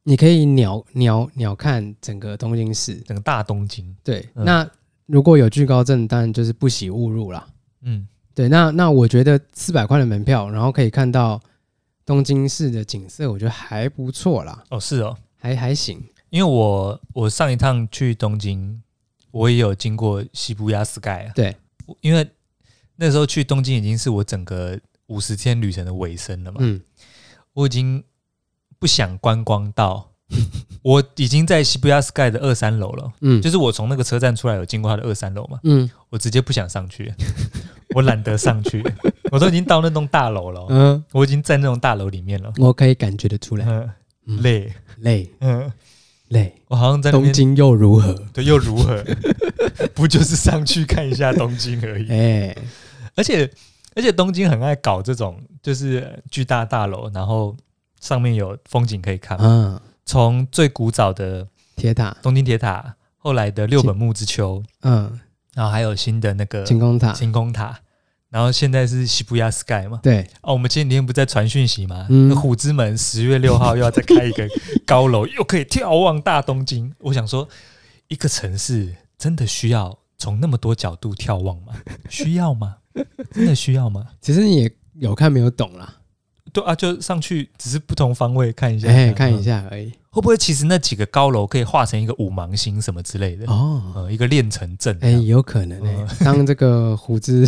你可以鸟鸟鸟看整个东京市。
整个大东京，
对，
嗯
那如果有惧高症，当然就是不喜勿入啦。
嗯，
对，那那我觉得四百块的门票，然后可以看到东京市的景色，我觉得还不错啦，
哦，是哦，
还还行。
因为我我上一趟去东京，我也有经过西布亚 Sky，啊
对，
我因为那时候去东京已经是我整个五十天旅程的尾声了嘛，
嗯，
我已经不想观光 到，我已经在西布亚 Sky 的二三楼了，
嗯，
就是我从那个车站出来有经过它的二三楼嘛，
嗯
我直接不想上 去，我懒得上去，我都已经到那栋大楼了哦，
嗯，
我已经在那栋大楼里面了，
我可以感觉得出来。
嗯，
嗯
累，
累
嗯，
累，
我好像在那
东
边
京又如何？
对又如何？ 不就是上去看一下东京而 已？
哎、
而且而且东京很爱搞这种，就是巨大大楼，然后上面有风景可以看。
嗯，
从最古早的
铁塔，
东京铁塔，后来的六本木之丘，
嗯，
然后还有新的那个
晴空塔，
呃晴空塔，然后现在是西布亚 sky 嘛。
对，
哦，我们前几天不在传讯息吗？
嗯
那虎之门十月六号又要再开一个高楼，又可以眺望大东京。我想说，一个城市真的需要从那么多角度眺望吗？需要吗？真的需要吗？
其实你也有看没有懂啦，
对啊，就上去只是不同方位看一下，嗯
哎、看一
下，
下而已。
会不会其实那几个高楼可以画成一个五芒星什么之类的？
哦，
呃，一个炼成阵这
哎、
样，哦
有可能哎、当这个虎之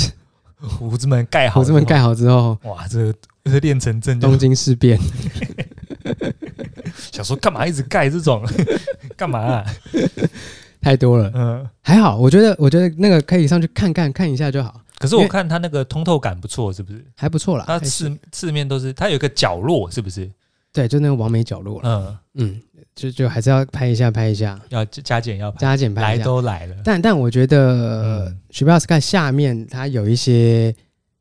虎之门盖 好，
虎之门，盖好之后，
哇，这个这个炼成阵就
东京事变，
想说干嘛一直盖这种， 干嘛、啊？
太多 了。
嗯、
还好，我觉得，我觉得那个可以上去看看看一下就好，
可是
因
我
为
看它那个通透感不错，是不是？
还不错啦。
它
还行
四四面都是，它有一个角落，是不是？
对，就那个完美角落了。
嗯，
嗯，就就还是要拍一下，拍一下，
要加加减要拍，
加减拍
来
一下。
都来了，
但但我觉得
嗯
徐标 sky 下面它有一些，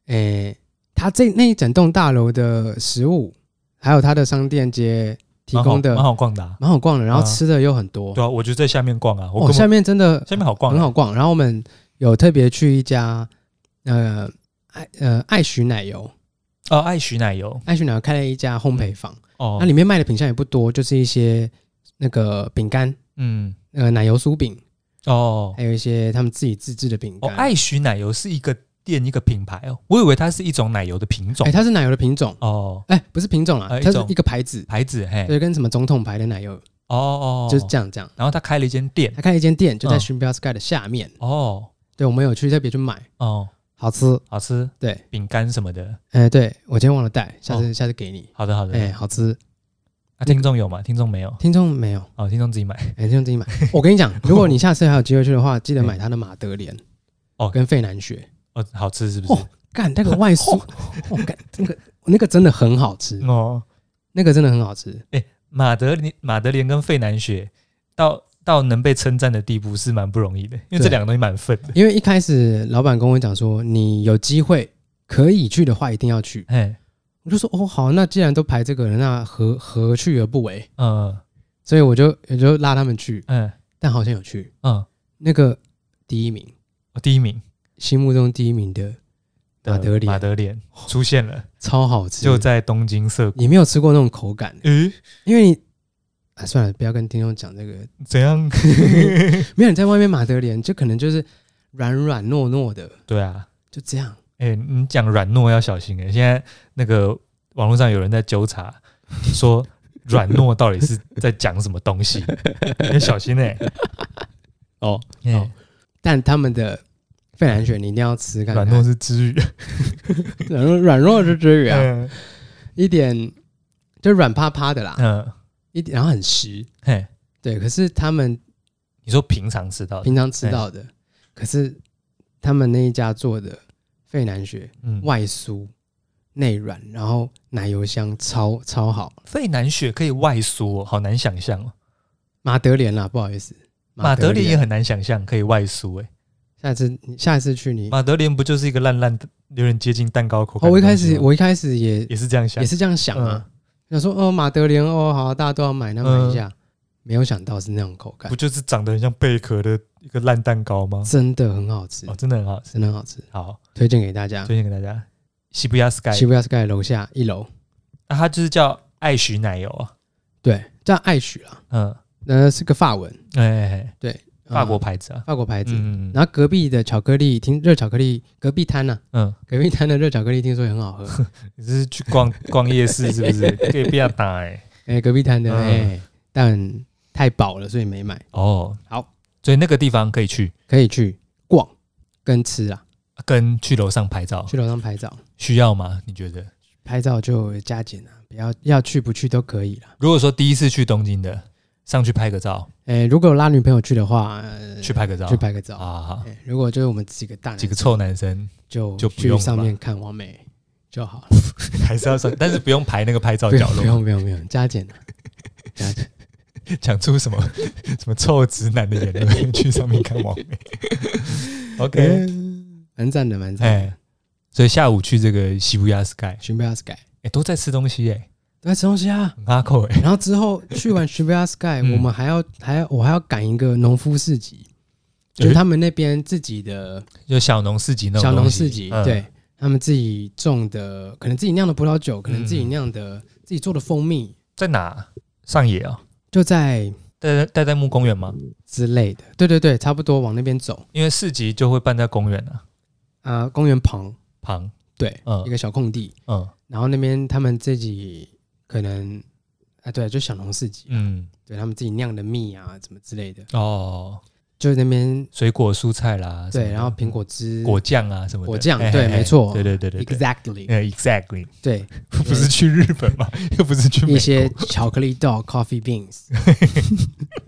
诶、它这那一整栋大楼的食物，还有它的商店街提供的
蛮好蛮好逛的、啊。
蛮好逛的，然后
嗯
吃的又很多。
对啊，我就在下面逛啊，我
哦，
根
下
本、
面真的
下面好逛、啊
很好。逛。然后我们有特别去一家，呃，爱呃爱许奶油，
哦，爱许奶油
爱许奶油开了一家烘焙坊，
哦
那，里面卖的品相也不多，就是一些那个饼干，
嗯，
呃，奶油酥饼，
哦
还有一些他们自己自制的饼
哦，
干。
爱许奶油是一个店一个品牌哦，我以为它是一种奶油的品种、
哎，它是奶油的品种，
哦，
哎，不是品种啦
呃，一
它
种
是一个牌子，
牌子嘿，
对，跟什么总统牌的奶油
哦哦，
就是这样这样。
然后他开了一间店
他开了一间店，就在
嗯
s h i m b a Sky 的下面，
哦
对，我们有去特别去买，
哦，
好吃。
好吃
对，
饼干什么的，
哎，对我今天忘了带，下
哦
次下次给你。
好的好的。
哎，好吃，
那听众有吗？听众没有
听众没有。
哦，听众自己买。
哎、这样 自己买。我跟你讲，如果你下次还有机会去的话，记得买他的马德莲
哦
跟费南雪。
哦，好吃是不是
哦？ 干 那个外酥，我、干那个那个真的很好吃，
哦，
嗯那个真的很好吃。
马德莲、马德莲跟费南雪到到能被称赞的地步是蛮不容易的，因为
对
这两个东西蛮分的。
因为一开始老板跟我讲说，你有机会可以去的话，一定要去。
哎，
我就说哦，好，那既然都排这个了，那何何去而不为？
嗯
所以我就我就拉他们去，
嗯
但好像有去
嗯，
那个第一名，
我哦第一名
心目中第一名的
的
马德莲哦
马德莲出现了，
超好吃，
就在东京涩谷。
你没有吃过那种口感，
诶，
因为你啊，算了，不要跟听众讲这个。
怎样？
没有你在外面马德莲，就可能就是软软糯糯的，
对啊，
就这样。
哎，你讲软糯要小心哎，现在那个网络上有人在纠 察说。软糯到底是在讲什么东 西？你要小心哎、
哦，
欸！
好但他们的费兰雪你一定要吃看看，
软糯是治愈，
软糯软糯是之语啊，
嗯
一点就软趴趴的啦，
嗯，
一点然后很实。
嘿，
对，可是他们
你说平常吃到的，
平常吃到的，可是他们那一家做的费南雪
嗯，
外酥内软，然后奶油香超超好。
费南雪可以外酥、哦，好难想象哦。
马德莲啦，不好意思，
马德莲也很难想象可以外酥、欸，
下次你下一次去你
马德莲不就是一个烂烂的，有点接近蛋糕口感
哦，
的
我一
东
开
西吗？
始我一开始也
也是这样嗯想，
也是这样想啊，想说哦马德莲哦好，大家都要买，那买一下，没有想到是那种口
嗯
感
不，就是长得很像贝壳的一个烂蛋糕吗？
真的很好吃
哦，，真的很好吃，
真的很好吃，
好，
推荐给大家。
推荐给大家。西布亚 Sky，
西布亚 sky 楼下一楼，
那它就是叫爱许奶油啊，
对，叫爱许啦，
嗯，
呃是个法文，
哎、哎哎
呃
法国牌子啊，
法国牌子。
嗯嗯
然后隔壁的巧克力，听热巧克力，隔壁摊呐、
嗯，
隔壁摊的热巧克力听说也很好 喝。
你是去逛 逛夜市是不 是？可以不要打哎、
哎、隔壁摊的
嗯
哎、但太饱了，所以没买。
哦，
好，
所以那个地方可以去，
可以去逛跟吃啊，
跟去楼上拍照
去楼上拍照，
需要吗？你觉得？
拍照就加减啊，不要要去不去都可以啦。
如果说第一次去东京的，上去拍个照，
诶，哎如果有拉女朋友去的话，呃
去拍个照，
去拍个照。
啊，好
诶如果就是我们几个大男
几个臭男生
就
就不
去
用了吧
上面看完美就好了，
还是要上，但是不用排那个拍照
不
角
用不
落。 哎
用不用不用加减啊，
讲出什么 什么臭直男的言论去上面看网 媒。OK，
嗯蛮赞的，蛮赞
哎
的。，
所以下午去这个西布亚 Sky，
Shibuya Sky
哎，都在吃东西哎，
都在吃东西啊。
很哈扣哎，
然后之后去完 Shibuya Sky，
嗯
我们还要还要我还要赶一个农夫市集，就是他们那边自己的
就小农市集那种
小农
东西
市集，
嗯
对他们自己种的，可能自己酿的葡萄酒，可能自己
嗯
酿的自己做的蜂蜜，
在哪？上野啊，
就在
待在待在木公园吗？
之类的。对对对，差不多往那边走，
因为市集就会办在公园啊
啊，公园旁，
旁，
对，
嗯
一个小空地，
嗯
然后那边他们自己可能啊，对，就小农市集，
嗯
对他们自己酿的蜜啊，怎么之类的，
哦，
就那边
水果蔬菜啦，什么
对，
的
然后苹果汁
果酱啊什么的，
果酱
嘿
对
嘿嘿
没错
对对对对对
，exactly，
呃，exactly，
对，
不是去日本嘛， 又不是去美
一
国
些巧克力豆、coffee beans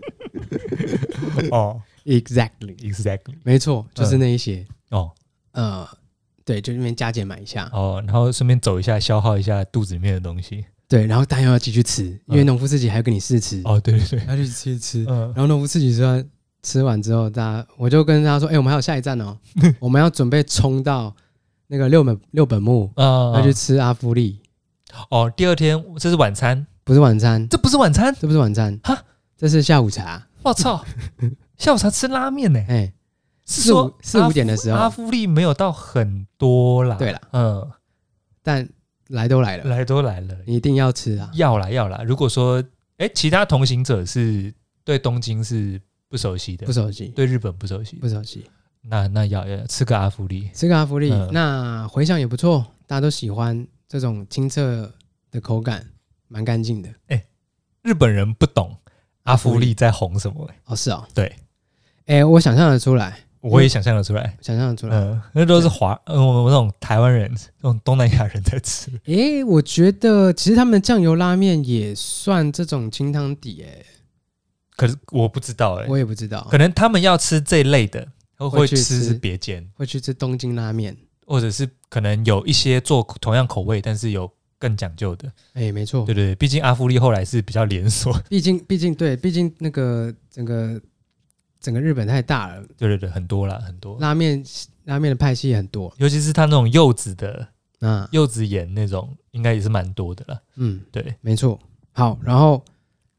哦
exactly，
，exactly，
没错，就是那一些，
哦
呃，对，就那边加减买一下，
哦，然后顺便走一下，消耗一下肚子里面的东西。
对，然后但又要继续吃，因为农夫自己还要给你试吃，
嗯哦，对对对，
要去吃吃，
嗯
然，后农夫自己吃完吃完之后，大家我就跟大家说，哎，我们还有下一站哦， 我们要准备冲到那个六本六本木，
啊
要去吃阿芙利，
哦，第二天这是晚餐，
不是晚餐，
这不是晚餐，
这不是晚餐
哈，
这是下午茶，
我 操！下午茶吃拉面呢、
哎，
是
四
说
五四
阿
五点的时
阿
候，
芙利没有到很多啦，
对啦，
嗯，
但来都来了，
来都来了，
你一定要吃啊，
要啦要啦。如果说，哎、其他同行者是对东京是不熟悉的
不，熟悉，
对日本不熟悉的
不，熟悉。
那那要要要吃个阿芙利，
吃个阿芙利，
嗯
那回想也不错，大家都喜欢这种清澈的口感，蛮干净的。
日本人不懂阿芙利在红什么、欸
哦，是哦，
对，
哎、我想象得出来，
我也想象得出来。
想象得出来。
嗯，那都是华，嗯，我们这种台湾人、这种东南亚人在吃。
哎、我觉得其实他们酱油拉面也算这种清汤底、诶
可是我不知道哎、
我也不知道
可，能他们要吃这类的，会
会
会
去
吃
吃
是别间，
会去吃东京拉面。
或者是可能有一些做同样口味，但是有更讲究的。
哎、没错
对，对对，毕竟阿芙利后来是比较连锁，
毕竟毕竟对，毕竟那个整个整个日本太大了，
对对对，很多啦，很多。
拉面拉面的派系也很多
尤其是他那种柚子的
啊。
柚子盐那种，应该也是蛮多的啦。
嗯，
对，
没错。好，然后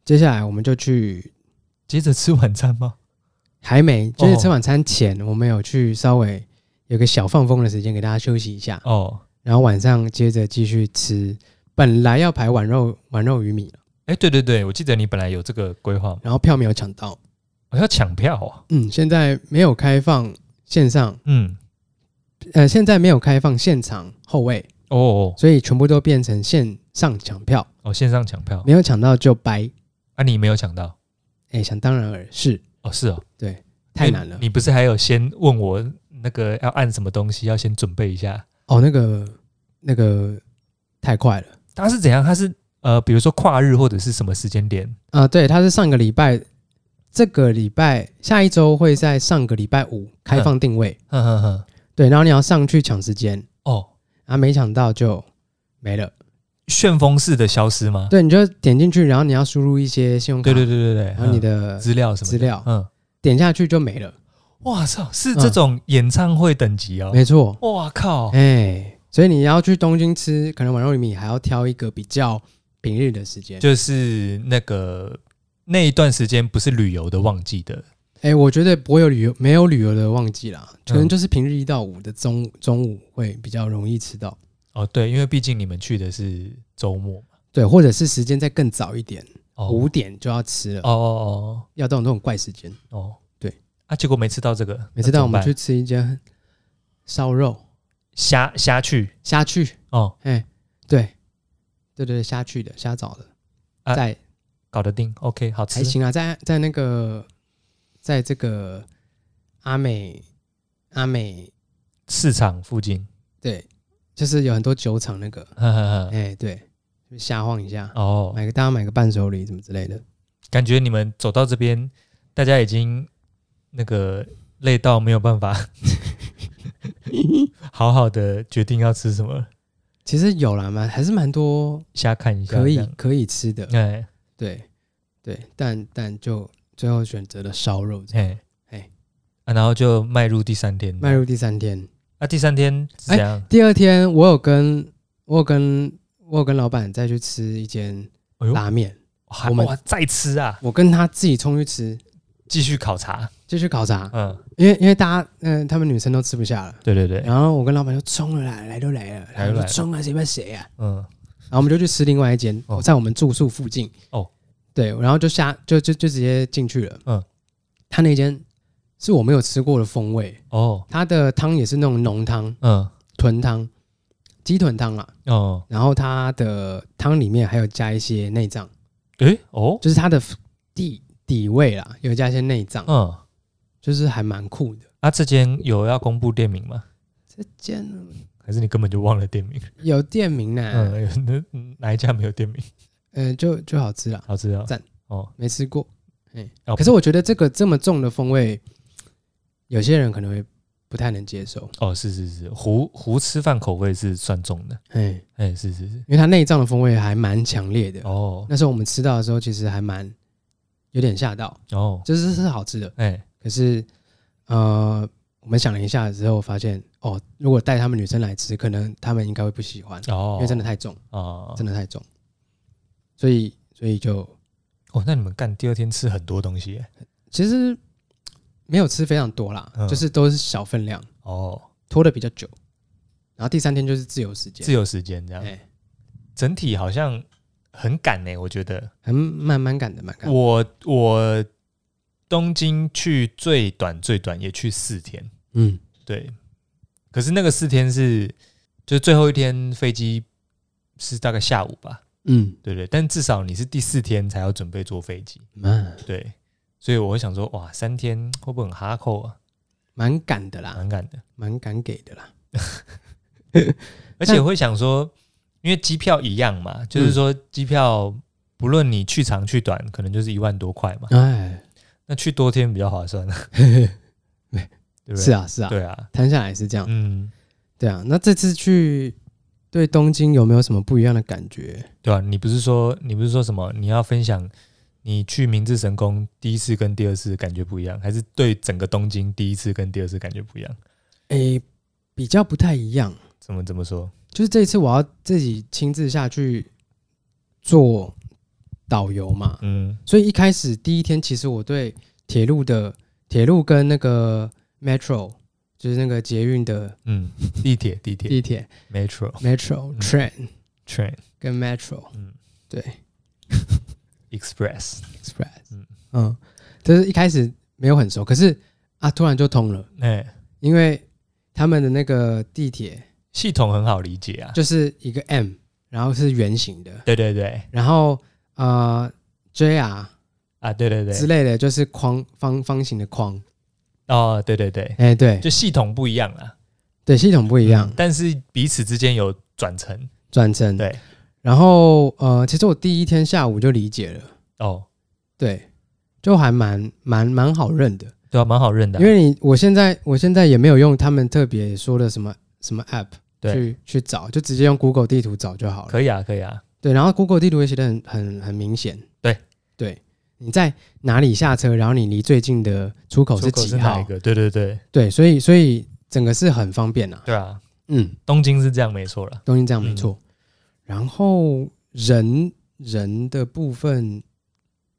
接下来我们就去
接着吃晚餐吗？
还没，就是
哦
吃晚餐前，我们有去稍微有个小放风的时间，给大家休息一下，
哦，
然后晚上接着继续吃。本来要排碗肉碗肉鱼米了，
哎，对对对，我记得你本来有这个规划嘛，
然后票没有抢到。
我要抢票啊。
嗯，现在没有开放线上，
嗯，
呃，现在没有开放现场后位，
哦哦
所以全部都变成线上抢票，
哦，线上抢票
没有抢到就掰。
啊，你没有抢到
哎，想当然尔是
哦，是哦，
太
因为
难了。
哎你不是还有先问我那个要按什么东西，要先准备一下？
哦，那个那个太快了
它是怎样？它是呃，比如说跨日或者是什么时间点？
啊、对，他是上个礼拜。这个礼拜下一周会在上个礼拜五开放定位，
哼哼哼，
对，然后你要上去抢时间，
哦，
啊，没抢到就没了。
旋风式的消失吗？
对，你就点进去，然后你要输入一些信用卡，
对对对对对，
然后你
嗯
的
资料什么的
资料
嗯，
点下去就没了，
哇操，是这种演唱会等级哦！
没错。
哇靠，
哎，所以你要去东京吃，可能晚上你还要挑一个比较平日的时间。
就是那个那一段时间不是旅游的旺季的，
哎，我觉得不会有旅游，没有旅游的旺季啦，可能
嗯
就是平日一到五的中午中午会比较容易吃到，
哦，对，因为毕竟你们去的是周末嘛。
对，或者是时间再更早一点，
哦
五点就要吃了，
哦哦
要到那种怪时间。
哦哦，
对
啊，结果没吃到这个，
每次带我
那
们
怎
去
么办
吃一间烧肉
虾虾去
虾去，
哦，
哎，对，对对对，瞎去的，瞎找的，
啊
在
搞得定，OK，好吃
还，行啊，在在那个，在这个阿美阿美
市场附近，
对，就是有很多酒厂那个，
呵呵呵，
哎、对，就瞎晃一下，
哦，
买个大家买个伴手礼什么之类的，
感觉你们走到这边，大家已经那个累到没有办 法好好的决定要吃什么了，
其实有啦嘛，还是蛮多
瞎看一下，
可以
这样
可以吃的，
哎，
对。对，但但就最后选择了烧肉这样，
哎
哎
哎、啊，然后就迈入第三天，
迈入第三天，
啊，第三天是怎样？
第二天我有跟我有跟我有跟老板再去吃一间
哎呦，
拉面，
哇
我们
哇再吃啊，
我跟他自己冲去吃，
继续考察，
就去考察，
嗯，
因为因为大家嗯、他们女生都吃不下了。
对对对，
然后我跟老板就冲了啦，来都来了，
来
然
都来
后就
了
冲啊，谁怕谁啊？
嗯，
然后我们就去吃另外一间，
哦
在我们住宿附近。
哦，
对，然后就下就就就直接进去了。
嗯，
他那间是我没有吃过的风味，
哦，
它的汤也是那种浓汤、
嗯，
豚汤、鸡豚汤啊。
哦，
然后它的汤里面还有加一些内脏，
诶，哦，
就是它的底底味啦，有加一些内脏，
嗯，
就是还蛮酷的。
啊，这间有要公布店名吗？
这间
还是你根本就忘了店名？
有店名呢、嗯、
嗯，有那哪一家没有店名？
呃就就好吃啦，
好吃啊，
赞
哦，
没吃过。
哦
可是我觉得这个这么重的风味，有些人可能会不太能接受。
哦，是是是，胡胡吃饭口味是算重的，
哎，
哎、是是是，
因为它内脏的风味还蛮强烈的。
哦
那时候我们吃到的时候，其实还蛮有点吓到，
哦，
就是是好吃的。
哎、
可是呃，我们想了一下之后，发现哦，如果带他们女生来吃，可能他们应该会不喜欢，
哦，
因为真的太重，
哦，
真的太重。所以所以就
哦，那你们干第二天吃很多东西耶，
其实没有吃非常多啦，
嗯
就是都是小分量，
哦，
拖的比较久。然后第三天就是自由时间，
自由时间这样，
哎
整体好像很赶呢、我觉得
很慢慢赶的，蛮赶的。
我我东京去最短最短也去四天，
嗯，
对，可是那个四天是就是最后一天飞机是大概下午吧，
嗯，
对不对？但至少你是第四天才要准备坐飞机，
蛮
对，所以我会想说，哇，三天会不会很哈扣啊？
蛮赶的啦，
蛮赶的，
蛮敢给的啦。
而且我会想说，因为机票一样嘛，就是
嗯
说机票不论你去长去短，可能就是一万多块嘛，
哎，
那去多天比较划算，啊 对不对？
是啊，是啊，
对啊，
摊下来是这样。
嗯，
对啊，那这次去对东京有没有什么不一样的感觉？
对啊，你不是说你不是说什么你要分享你去明治神宫第一次跟第二次感觉不一样，还是对整个东京第一次跟第二次感觉不一样？
诶、哎比较不太一样。
怎么怎么说？
就是这一次我要自己亲自下去做导游嘛，
嗯，
所以一开始第一天，其实我对铁路的铁路跟那个 metro，就是那个捷运的
嗯，地铁地铁
地铁
metro
metro
嗯
train
train
跟 metro
嗯
对
express
express，
嗯
嗯，就是一开始没有很熟，可是啊，突然就通了，
哎、
因为他们的那个地铁
系统很好理解啊。
就是一个 M，然后是圆形的，
对对对
然后呃 JR
啊，对对对，
之类的就是框方方形的框，
哦，对对对，
哎、对
就系统不一样啦，
对，系统不一样
嗯，但是彼此之间有转乘。
转乘
对，
然后呃，其实我第一天下午就理解了，
哦，
对，就还蛮蛮蛮好认的，
对啊，蛮好认的啊、
因为你我现在我现在也没有用他们特别说的什么什么 app
对
去去找，就直接用 Google 地图找就好了。
可以啊，可以啊，
对，然后 Google 地图也写的很很很明显。
对
对，你在哪里下车，然后你离最近的出口
出
哦是
口
几
是哪一
号？
个？对对对，
对，所以所以整个是很方便啊。
对啊，
嗯，
东京是这样没错啦。
东京这样没
嗯
错。然后人人的部分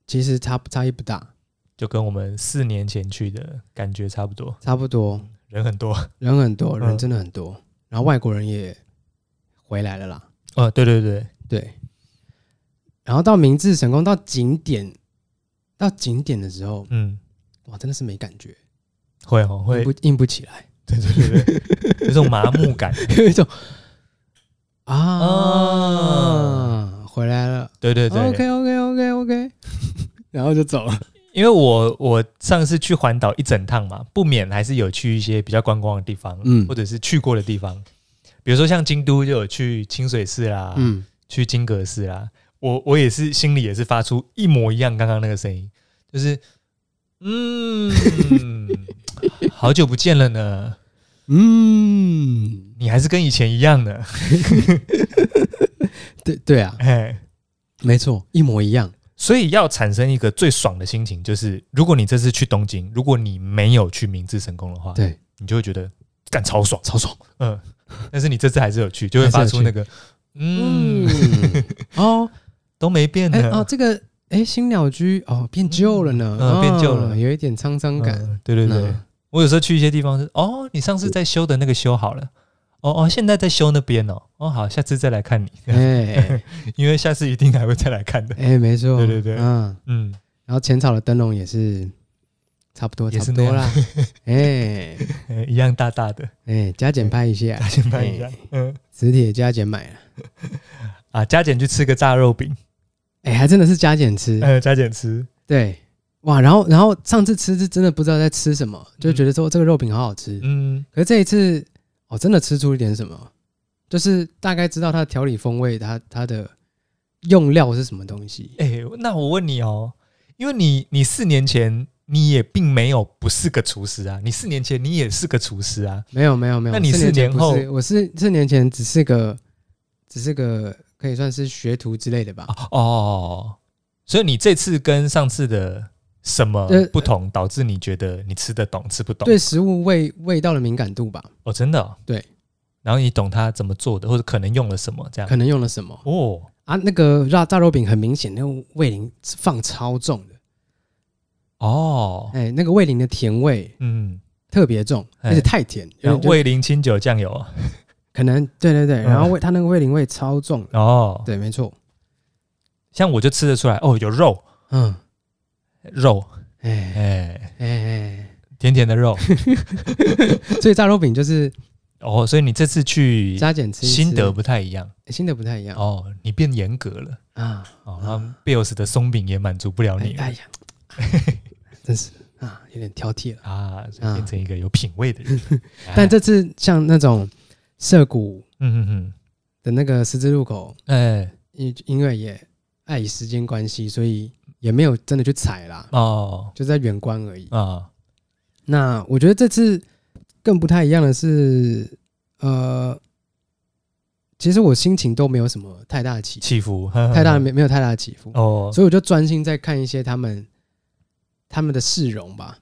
其实差不差异不大。
就跟我们四年前去的感觉差不多，
差不多，
人很多。
人很多，人
嗯
真的很多。然后外国人也回来了啦，
哦，对对对，
对。然后到明治神宫，到景点，到景点的时候，
嗯，
哇，真的是没感觉，
会哦，
硬
会，
不硬不起来，
对对对对，有种麻木感。
有一种啊
啊
回来了
对对对
OK OK OK OK，然后就走了。
因为我我上次去环岛一整趟嘛，不免还是有去一些比较观光的地方，
嗯
或者是去过的地方，比如说像京都就有去清水寺啦，
嗯，
去金阁寺啦，我我也是心里也是发出一模一样刚刚那个声音，就是嗯， 好久不见了呢，
嗯，
你还是跟以前一样呢，
对对啊，
哎，
没错，一模一样。
所以要产生一个最爽的心情，就是如果你这次去东京，如果你没有去明治神宫的话，
对，
你就会觉得干超爽，
超爽。
嗯。但是你这次还是有去，就会
还是
发
有
出
去
那个嗯
嗯， 哦，
都没变
哎、
的
哦，这个哎、新鸟居哦变旧了呢，
嗯
哦
变旧了
有一点沧桑感。
嗯对对对
嗯，
我有时候去一些地方是哦，你上次在修的那个修好了。哦哦，现在在修那边哦。哦，好，下次再来 看你，
哎哎、
因为下次一定还会再来看的。
没错，
对对对
嗯，
嗯，
然后浅草的灯笼也是差不多，
也
差
是
不多啦。哎哎、
呃一样大大的，
加减拍 一下，哎
先拍一下。嗯
磁铁加减买了。
啊，加减去吃个炸肉饼，
哎、还真的是加减吃，
呃，加减吃，
对，哇，然后然后上次吃是真的不知道在吃什么，就觉得说这个肉饼好好吃，
嗯，
可是这一次哦，真的吃出一点什么，就是大概知道它的调理风味，它它的用料是什么东西。
哎、那我问你哦，因为你你四年前你也并没有不是个厨师啊，你四年前你也是个厨师啊，
没有没有没有，
那你
四年
四年
前不
后
是我是四年前只是个只是个可以算是学徒之类的吧。
哦哦，所以你这次跟上次的什么
呃
不同，导致你觉得你吃得懂吃不懂？
对食物味味道的敏感度吧，
哦，真的、哦，
对，
然后你懂他怎么做的，或者可能用了什么这样
可。能用了什么
哦，
啊？那个炸炸肉饼很明显，那个味淋放超重的，
哦，
哎，那个味淋的甜味
嗯，
特别重，
哎
而且太甜，
然
有
后
点就
味淋清酒酱油啊，
可能对对对，
嗯
然后味它那个味淋味超重，
哦，
对，没错，
像我就吃得出来，哦，有肉
嗯，
肉，
哎
哎，
哎哎，
甜甜的 肉，
哎所以炸肉饼就是
哦，所以你这次去
加减吃一吃
心得不太一样
哎心得不太一样
哦，你变严格了
啊，
哦，然后 Bills 的松饼也满足不了哦
哎
你了
哎呀，真是啊，有点挑剔了。
啊，所以变成一个有品味的 人。哎
但这次像那种涩谷
嗯嗯
的那个十字路口，
嗯，哎
因因为也碍于时间关系，所以也没有真的去踩啦，
哦
就在远观而已。
啊
那我觉得这次更不太一样的是，呃，其实我心情都没有什么太大的起
起伏
太大的没没有太大的起伏，
哦，
所以我就专心在看一些他们他们的市容吧。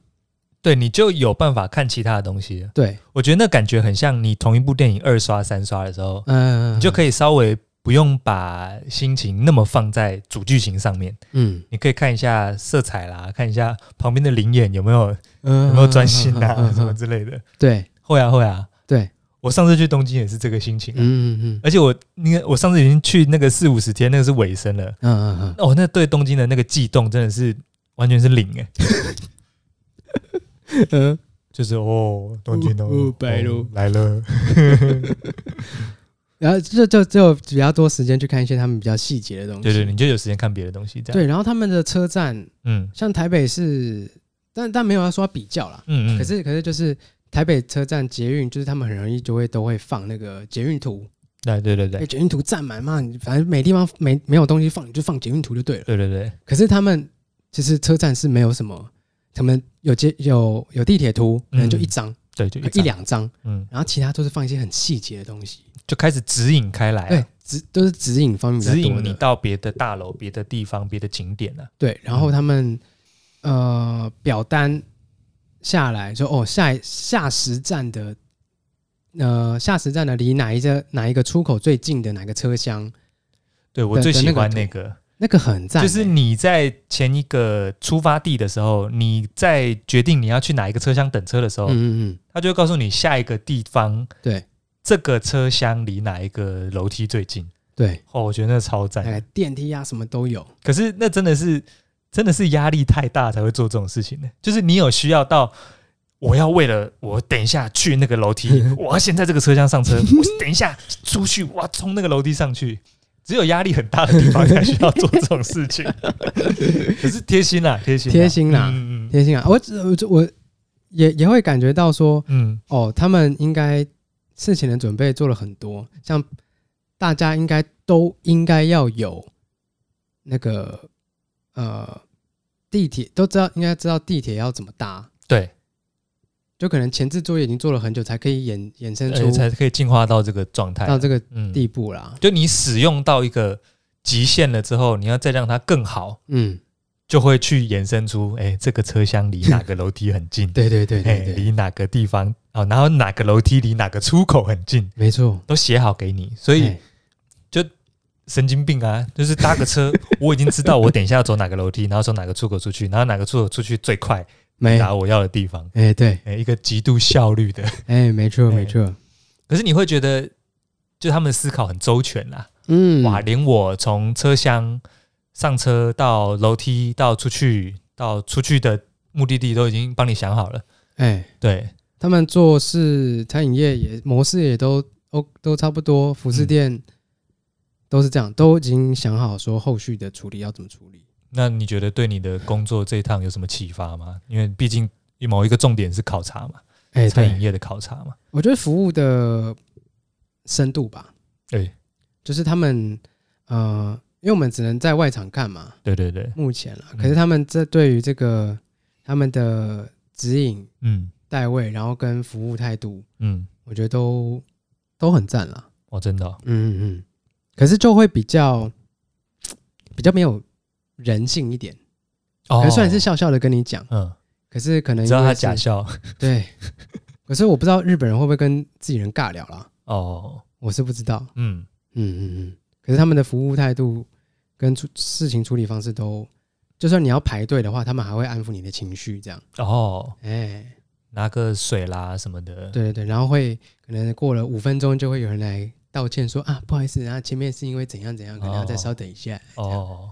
对，你就有办法看其他的东西了。
对，
我觉得那感觉很像你同一部电影二刷三刷的时候，
嗯、
你就可以稍微不用把心情那么放在主剧情上面，
嗯
你可以看一下色彩啦，看一下旁边的灵眼有没有
嗯
有没有专心
嗯嗯
啊
嗯
什么之类的。
对
会啊会啊，
对，
我上次去东京也是这个心情啊、
嗯嗯嗯
而且我那个我上次已经去那个四五十天，那个是尾声了。
嗯嗯
哦，那对东京的那个悸动真的是完全是零哎、
嗯嗯，
就是哦，东京哦，
哦白咯
哦来了，
然后就就就比较多时间去看一些他们比较细节的东西。
对对，你就有时间看别的东西这样。
对，然后他们的车站，
嗯
像台北是，但但没有要说比较啦，
嗯嗯，
可是可是就是台北车站捷运，就是他们很容易就会都会放那个捷运图，
对对对
哎，
对
捷运图站满嘛，你反正每地方没没有东西放，你就放捷运图就对了。
对对对，
可是他们其实车站是没有什么，他们有捷有有地铁图，可能就一张、
对，就
一
嗯张，
两张，
嗯，
然后其他都是放一些很细节的东西，
就开始指引开来
对
啊，，
指都是指引方面比较
指
多
引你
的，
到别的大楼、别的地方、别的景点啊了。
对。然后他们呃表单下来说，哦，下下十站的呃下十站的离哪一个哪一个出口最近的哪个车厢，
对我
对
最
对
喜
那个
欢
图
那个，
那个很赞欸、
就是你在前一个出发地的时候，你在决定你要去哪一个车厢等车的时候，
嗯嗯
他就会告诉你下一个地方，
对，
这个车厢离哪一个楼梯最近。
嗯，对，
哦，我觉得那超
大概
赞。
电梯啊什么都有，
可是那真的是，真的是压力太大才会做这种事情呢。就是你有需要到，我要为了我等一下去那个楼 梯，我要先在这个车厢上车，我等一下出去，我要冲那个楼梯上去。只有压力很大的地方才需要做这种事 情。可是贴心啦，贴心，
贴心啦
嗯嗯
贴心啊！我只我只我也也会感觉到说，
嗯
哦，他们应该事前的准备做了很多，像大家应该都应该要有那个呃地铁都知道，应该知道地铁要怎么搭，
对，
就可能前置作业已经做了很久，才可以衍衍生
嗯，而且
出
才可以进化到这个状态
到。这个
嗯，
地步啦。
就你使用到一个极限了之后，你要再让它更好，
嗯，
就会去延伸出，哎、这个车厢离哪个楼梯很近，
对对对
哎，
对对，
离哪个地方哦，然后哪个楼梯离哪个出口很近，
没错。
都写好给你。所以
哎
神经病啊，就是搭个 车，我已经知道我等一下要走哪个楼梯，然后从哪个出口出去，然后哪个出口出去最快
没
达我要的地方。
哎对
哎，一个极度效率的，
哎没错
哎
没错，
可是你会觉得，就他们思考很周全啦、
嗯
哇，连我从车厢上车到楼梯到出去到出去的目的地都已经帮你想好了。
哎，
对，
他们做事餐饮业也模式也都都都差不多，服饰店、都是这样，都已经想好说后续的处理要怎么处理。
那你觉得对你的工作这一趟有什么启发吗？因为毕竟某一个重点是考察嘛，
哎，
餐饮
对，
业的考察嘛。
我觉得服务的深度吧，哎
对，
就是他们呃，因为我们只能在外场看嘛，
对对对，
目前啦，
嗯
可是他们这对于这个他们的指引
嗯
带位，然后跟服务态度，
嗯，
我觉得都都很赞啦。
哦，真的哦、
嗯嗯嗯，可是就会比较比较没有人性一点。
哦，
可是虽然是笑笑的跟你讲，
嗯，
可是可能
知道
哎因为
他
是
假笑
对。可是我不知道日本人会不会跟自己人尬聊啦，
哦，
我是不知道。
嗯
嗯嗯嗯。可是他们的服务态度跟处事情处理方式都，就算你要排队的话，他们还会安抚你的情绪，这样。
哦，
哎、
拿个水啦什么的，
对对对，然后会可能过了五分钟就会有人来道歉说啊，不好意思，然后前面是因为怎样怎样，可能要再
哦
稍等一下。
哦，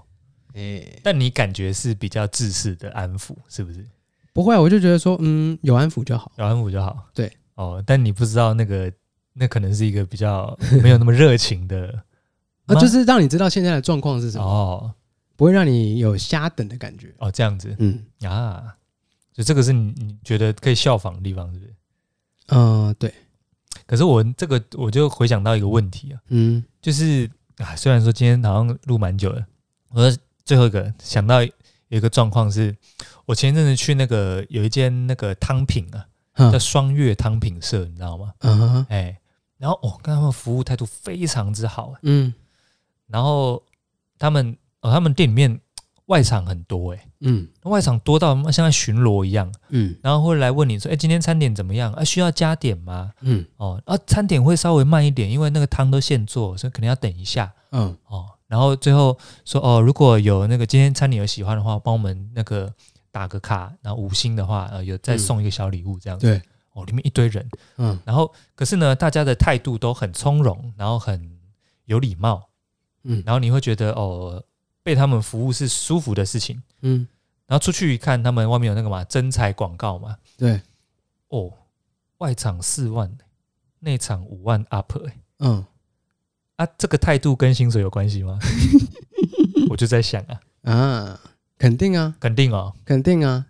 哎、
但你感觉是比较自私的安抚，是不是？
不会啊，我就觉得说，嗯，有安抚就好。
有安抚就好。
对，
哦，但你不知道那个，那可能是一个比较没有那么热情的，
啊，
吗
就是让你知道现在的状况是什么，
哦
不会让你有瞎等的感觉。
哦这样子
嗯，
啊，就这个是你你觉得可以效仿的地方，是不是？
呃，对，
可是我这个我就回想到一个问题啊，
嗯，
就是啊，虽然说今天好像录蛮久了，我最后一个想到有一个状况是，我前一阵子去那个有一间那个汤品啊，
哈
叫双月汤品社，你知道吗？
啊哈，
哎、然后我、哦、跟他们服务态度非常之好、啊
嗯
然后他们哦，他们店里面外场很多哎、
嗯
外场多到像在巡逻一样，
嗯
然后会来问你说，哎、今天餐点怎么样？啊，需要加点吗？
嗯
哦，啊，餐点会稍微慢一点，因为那个汤都现做，所以可能要等一下
嗯
哦。然后最后说，哦，如果有那个今天餐点有喜欢的话，帮我们那个打个卡，然后五星的话，呃，有再
嗯
送一个小礼物这样子。
对，
哦，里面一堆人，
嗯
然后可是呢，大家的态度都很从容，然后很有礼貌，
嗯
然后你会觉得哦，被他们服务是舒服的事情。
嗯，
然后出去一看，他们外面有那个嘛真彩广告嘛，
对，
哦，外场四万，内场五万 up，、欸、
嗯
啊，这个态度跟薪水有关系 吗？我就在想啊，
啊，肯定啊，
肯定哦，
肯定啊，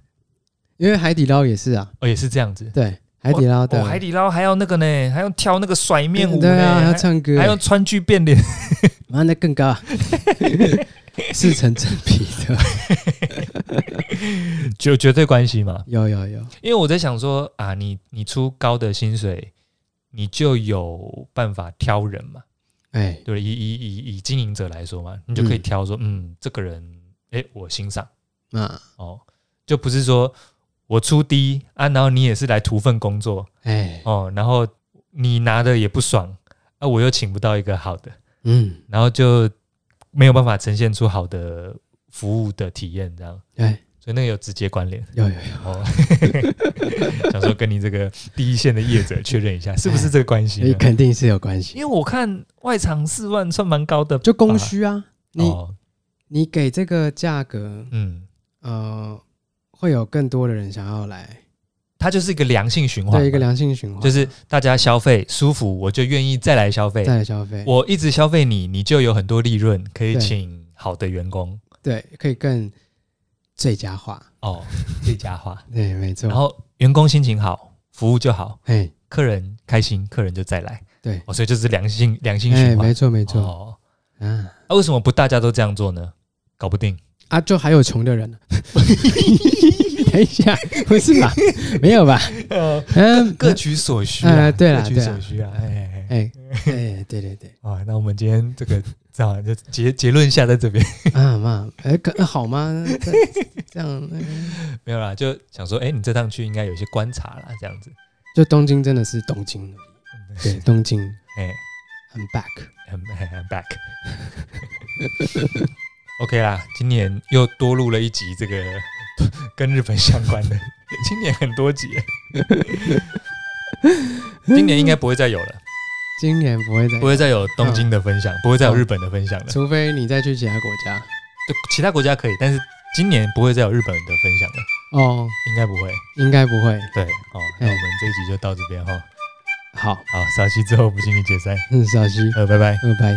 因为海底捞也是啊，
哦也是这样子。
对，海底捞的
哦，海底捞还要那个呢，还要跳那个甩面舞呢，
对啊，还要
还
唱歌
还，要川剧变脸，
妈那更高 啊，是成正比的，
就有绝对关系嘛。
有有有，
因为我在想说啊，你你出高的薪水，你就有办法挑人嘛。
哎，
对，以以以以经营者来说嘛，你就可以
嗯
挑说，嗯，这个人，哎，我欣赏
啊，
哦，就不是说我出低啊，然后你也是来图份工作
哎，
哦，然后你拿的也不爽啊，我又请不到一个好的，
嗯，
然后就没有办法呈现出好的服务的体验，这样，
对，
所以那个有直接关联
有有有。
哦。 想说跟你这个第一线的业者确认 一下，是不是这个关系
所以
呢？
肯定是有关系，
因为我看外场四万算蛮高的吧，
就供需啊，你、
哦，
你给这个价格，
嗯。
呃，会有更多的人想要来，
它就是一个良性循环嘛，
对一个良性循环，
就是大家消费舒服，我就愿意再来消费。
再来消费，
我一直消费你，你就有很多利润，可以
对
请好的员工
对，可以更最佳化，
哦，最佳化。
对，没错，
然后员工心情好，服务就好，
哎，
客人开心，客人就再来。
对
哦，所以就是良性良性
哎，
循环。
没错没错，
哦，
啊
那、为什 么不大家都这样做呢？搞不定。
啊，就还有穷的人， 等一下，不是吧？没有吧？
呃，
嗯，
各取所需啊，
呃对啦
各取
对啦
所需啊，哎哎哎，
哎哎，对对对，
啊，那我们今天这个这样就结结论下在这边，
啊妈，哎，可呃好吗？这这样，哎
没有啦，就想说，哎，你这趟去应该有一些观察啦，这样子，嗯
就东京真的是东京了，对，东京
哎，
很 back，
很很很 back。OK 啦，今年又多录了一集这个跟日本相关的，今年很多集 耶，今年应该不会再有了，
今年不会再
不，会再有东京的分享，不会再有日本的分享了。
除非你再去其他国家
对，其他国家可以，但是今年不会再有日本的分享了，
哦，
应该不会。
应该不会。
对，哦，那我们这一集就到这边哈、
好，
好，稍息之后不信你解散，
嗯，小西，
呃，拜拜。
拜拜。